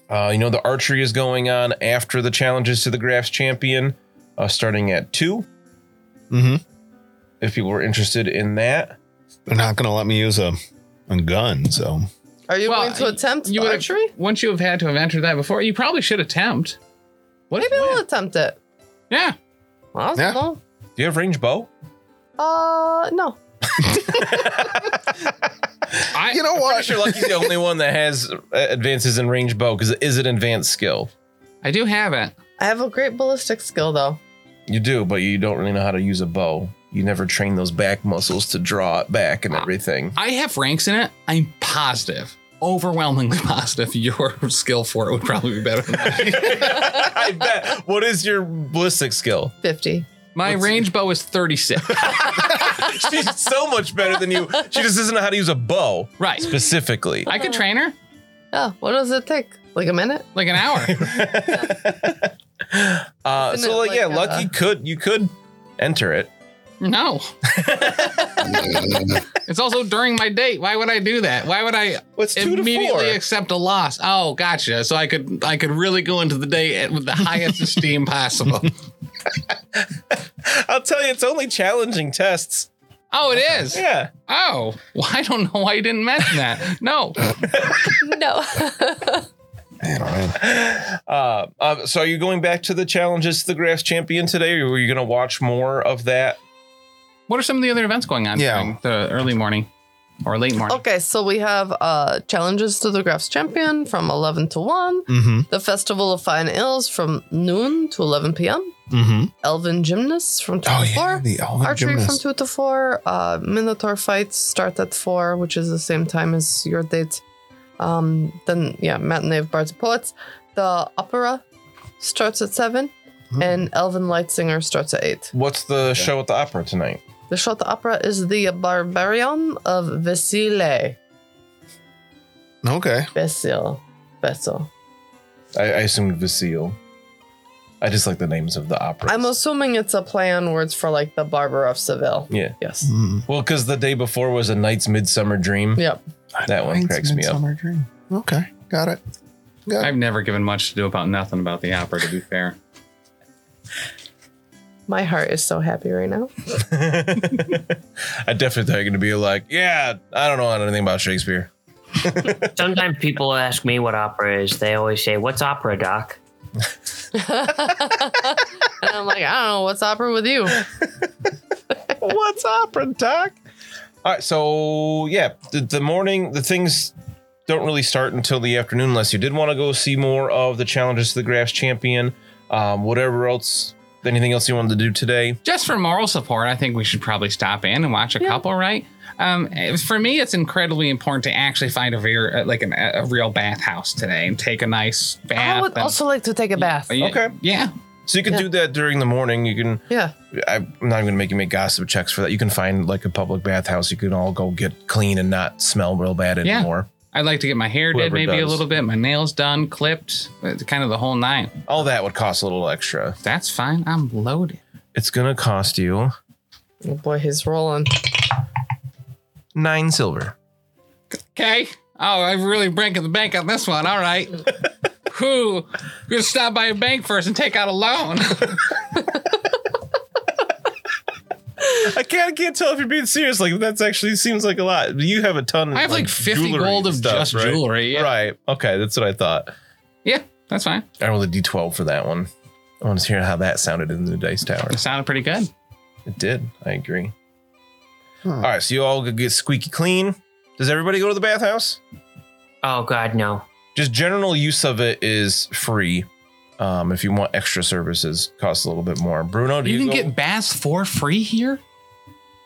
Speaker 3: Uh, you know, the archery is going on after the challenges to the Graphs Champion, uh, starting at two.
Speaker 4: Mm-hmm.
Speaker 3: If people were interested in that,
Speaker 4: They're not going to let me use a, a gun, so
Speaker 5: Are you
Speaker 2: Well,
Speaker 5: going to attempt
Speaker 2: you would've-
Speaker 5: archery?
Speaker 2: Wouldn't you have had to have entered that before? You probably should attempt. What if
Speaker 5: Maybe
Speaker 2: you
Speaker 5: I'll
Speaker 2: win?
Speaker 5: attempt it.
Speaker 2: Yeah.
Speaker 5: I don't
Speaker 4: Yeah.
Speaker 5: know.
Speaker 3: do you have range bow?
Speaker 5: Uh, no.
Speaker 2: I,
Speaker 4: you know
Speaker 3: I'm
Speaker 4: what?
Speaker 3: sure Lucky's the only one that has uh, advances in range bow because it is an advanced skill.
Speaker 2: I do have it.
Speaker 5: I have a great ballistic skill though.
Speaker 3: You do, but you don't really know how to use a bow. You never train those back muscles to draw it back and everything.
Speaker 2: I have ranks in it. I'm positive, overwhelmingly positive. Your skill for it would probably be better than mine.
Speaker 3: I bet. What is your ballistic skill?
Speaker 5: 50.
Speaker 2: My range bow is 36.
Speaker 3: She's so much better than you. She just doesn't know how to use a bow
Speaker 2: right.
Speaker 3: specifically.
Speaker 2: I could train her
Speaker 5: Oh, what does it take? Like a minute?
Speaker 2: like an hour.
Speaker 3: Uh,
Speaker 5: Isn't
Speaker 3: so
Speaker 5: it
Speaker 3: like, yeah,
Speaker 5: like,
Speaker 3: Lucky
Speaker 5: uh,
Speaker 3: could you could enter it.
Speaker 2: No. it's also during my date. Why would I do that? Why would I
Speaker 3: What's two to four?
Speaker 2: immediately accept a loss? Oh, gotcha. So I could I could really go into the date at- with the highest esteem possible.
Speaker 3: I'll tell you, it's only challenging tests.
Speaker 2: Oh, it is.
Speaker 3: Yeah.
Speaker 2: Oh, well, I don't know why you didn't mention that. No.
Speaker 5: No.
Speaker 3: Uh, um, so are you going back to the challenges to the grass champion today, or were you going to watch more of that?
Speaker 2: What are some of the other events going on
Speaker 4: Yeah.
Speaker 2: during the early morning or late morning?
Speaker 5: okay, so we have uh challenges to the Graphs Champion from 11 to 1,
Speaker 4: Mm-hmm.
Speaker 5: the Festival of Fine Ills from noon to 11 p.m.,
Speaker 4: Mm-hmm.
Speaker 5: Elven Gymnasts from 2
Speaker 4: Oh
Speaker 5: to 4,
Speaker 4: yeah, the elven
Speaker 5: Archery
Speaker 4: gymnast.
Speaker 5: from 2 to 4. Uh, Minotaur fights start at 4, which is the same time as your date. Um, then, yeah, Matinee of Bards and Poets. The opera starts at 7,
Speaker 4: Hmm.
Speaker 5: and Elven Light Singer starts at 8.
Speaker 3: What's the show at the opera tonight?
Speaker 5: The shot opera is The Barbarian of Vesile.
Speaker 4: okay.
Speaker 5: Vesile. Vesile.
Speaker 3: I, I assumed Vasile. I just like the names of the opera.
Speaker 5: I'm assuming it's a play on words for like the Barber of Seville.
Speaker 3: yeah.
Speaker 5: Yes.
Speaker 4: Mm-hmm.
Speaker 3: Well, because the day before was a Knight's Midsummer
Speaker 4: Hmm.
Speaker 3: Dream.
Speaker 5: Yep.
Speaker 3: That one cracks me up.
Speaker 4: Midsummer Dream. Okay, got it.
Speaker 2: I've never given much to do about nothing about the opera, to be fair.
Speaker 5: My heart is so happy right now.
Speaker 3: I definitely thought you were going to be like, yeah, I don't know anything about Shakespeare.
Speaker 6: Sometimes people ask me what opera is. They always say, "What's opera, Doc?"
Speaker 5: And I'm like, I don't know what's opera with you.
Speaker 3: What's opera, Doc? All right, so yeah, the, the morning, the things don't really start until the afternoon, unless you did want to go see more of the challenges to the Graphs Champion, um, whatever else, anything else you wanted to do today.
Speaker 2: Just for moral support, I think we should probably stop in and watch a couple, right? Um, eh, for me, it's incredibly important to actually find a real, uh, like an, a real bathhouse today and take a nice bath.
Speaker 5: I would
Speaker 2: and- Oh,
Speaker 5: also like to take a bath.
Speaker 2: Yeah,
Speaker 3: Okay.
Speaker 2: Yeah.
Speaker 3: So you can
Speaker 5: Yeah.
Speaker 3: do that during the morning. You can.
Speaker 5: Yeah.
Speaker 3: I'm not even going to make you make gossip checks for that. You can find like a public bathhouse. You can all go get clean and not smell real bad
Speaker 2: Yeah.
Speaker 3: anymore.
Speaker 2: I'd like to get my hair did
Speaker 3: Whoever
Speaker 2: maybe a
Speaker 3: does.
Speaker 2: little bit, my nails done, clipped, uh, kind of the whole nine.
Speaker 3: All that would cost a little extra.
Speaker 2: That's fine. I'm loaded.
Speaker 3: It's going to cost you
Speaker 5: Oh boy, he's rolling.
Speaker 3: nine silver.
Speaker 2: Okay. Oh, I'm really breaking the bank on this one. All right. Who? Gonna stop by a bank first and take out a loan.
Speaker 3: I can't, can't tell if you're being serious. Like that's actually seems like a lot. You have a ton.
Speaker 2: I have like, 50 gold of just
Speaker 3: right?
Speaker 2: jewelry. Yeah.
Speaker 3: Right. Okay. That's what I thought.
Speaker 2: Yeah, that's fine.
Speaker 3: I rolled a d12 for that one. I want to hear how that sounded in the dice tower.
Speaker 2: It sounded pretty good.
Speaker 3: It did. I agree. All right. So you all go get squeaky clean. Does everybody go to the bathhouse?
Speaker 6: Oh God, no.
Speaker 3: Just general use of it is free. Um, if you want extra services, costs a little bit more. Bruno, do
Speaker 2: You,
Speaker 3: you,
Speaker 2: can
Speaker 3: go-
Speaker 2: get baths for free here?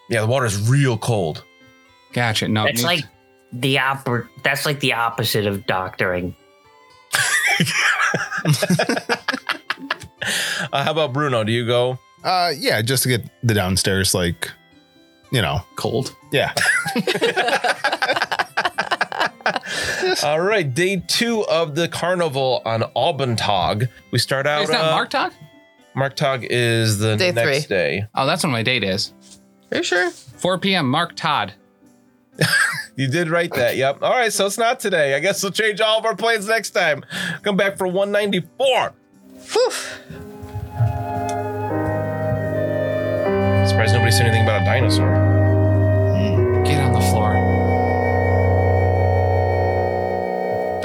Speaker 3: Yeah, the water's real cold.
Speaker 2: Gotcha. No,
Speaker 6: That's like the opera. That's like the opposite of doctoring.
Speaker 3: Uh, how about Bruno? Do you go?
Speaker 4: Uh, yeah, just to get the downstairs, like, you know,
Speaker 2: cold.
Speaker 4: yeah.
Speaker 3: All right, day two of the carnival on Albantog. We start out.
Speaker 9: It's not
Speaker 3: uh,
Speaker 9: Mark Talk?
Speaker 3: Marktog is the
Speaker 5: Day
Speaker 3: next
Speaker 5: three.
Speaker 3: day.
Speaker 9: Oh, that's when my date is.
Speaker 5: Are you sure?
Speaker 9: 4 p.m. Mark Todd.
Speaker 3: You did write that. Yep. All right, so it's not today. I guess we'll change all of our plans next time. Come back for 194.
Speaker 5: Whew.
Speaker 3: Surprised nobody said anything about a dinosaur.
Speaker 9: Get on the floor.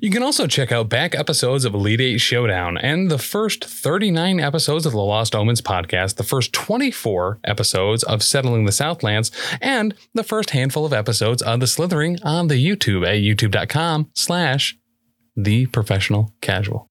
Speaker 2: You can also check out back episodes of Elite Eight Showdown and the first 39 episodes of the Lost Omens podcast, the first 24 episodes of Settling the Southlands, and the first handful of episodes of The Slithering on the YouTube at youtube.com slash the professional casual.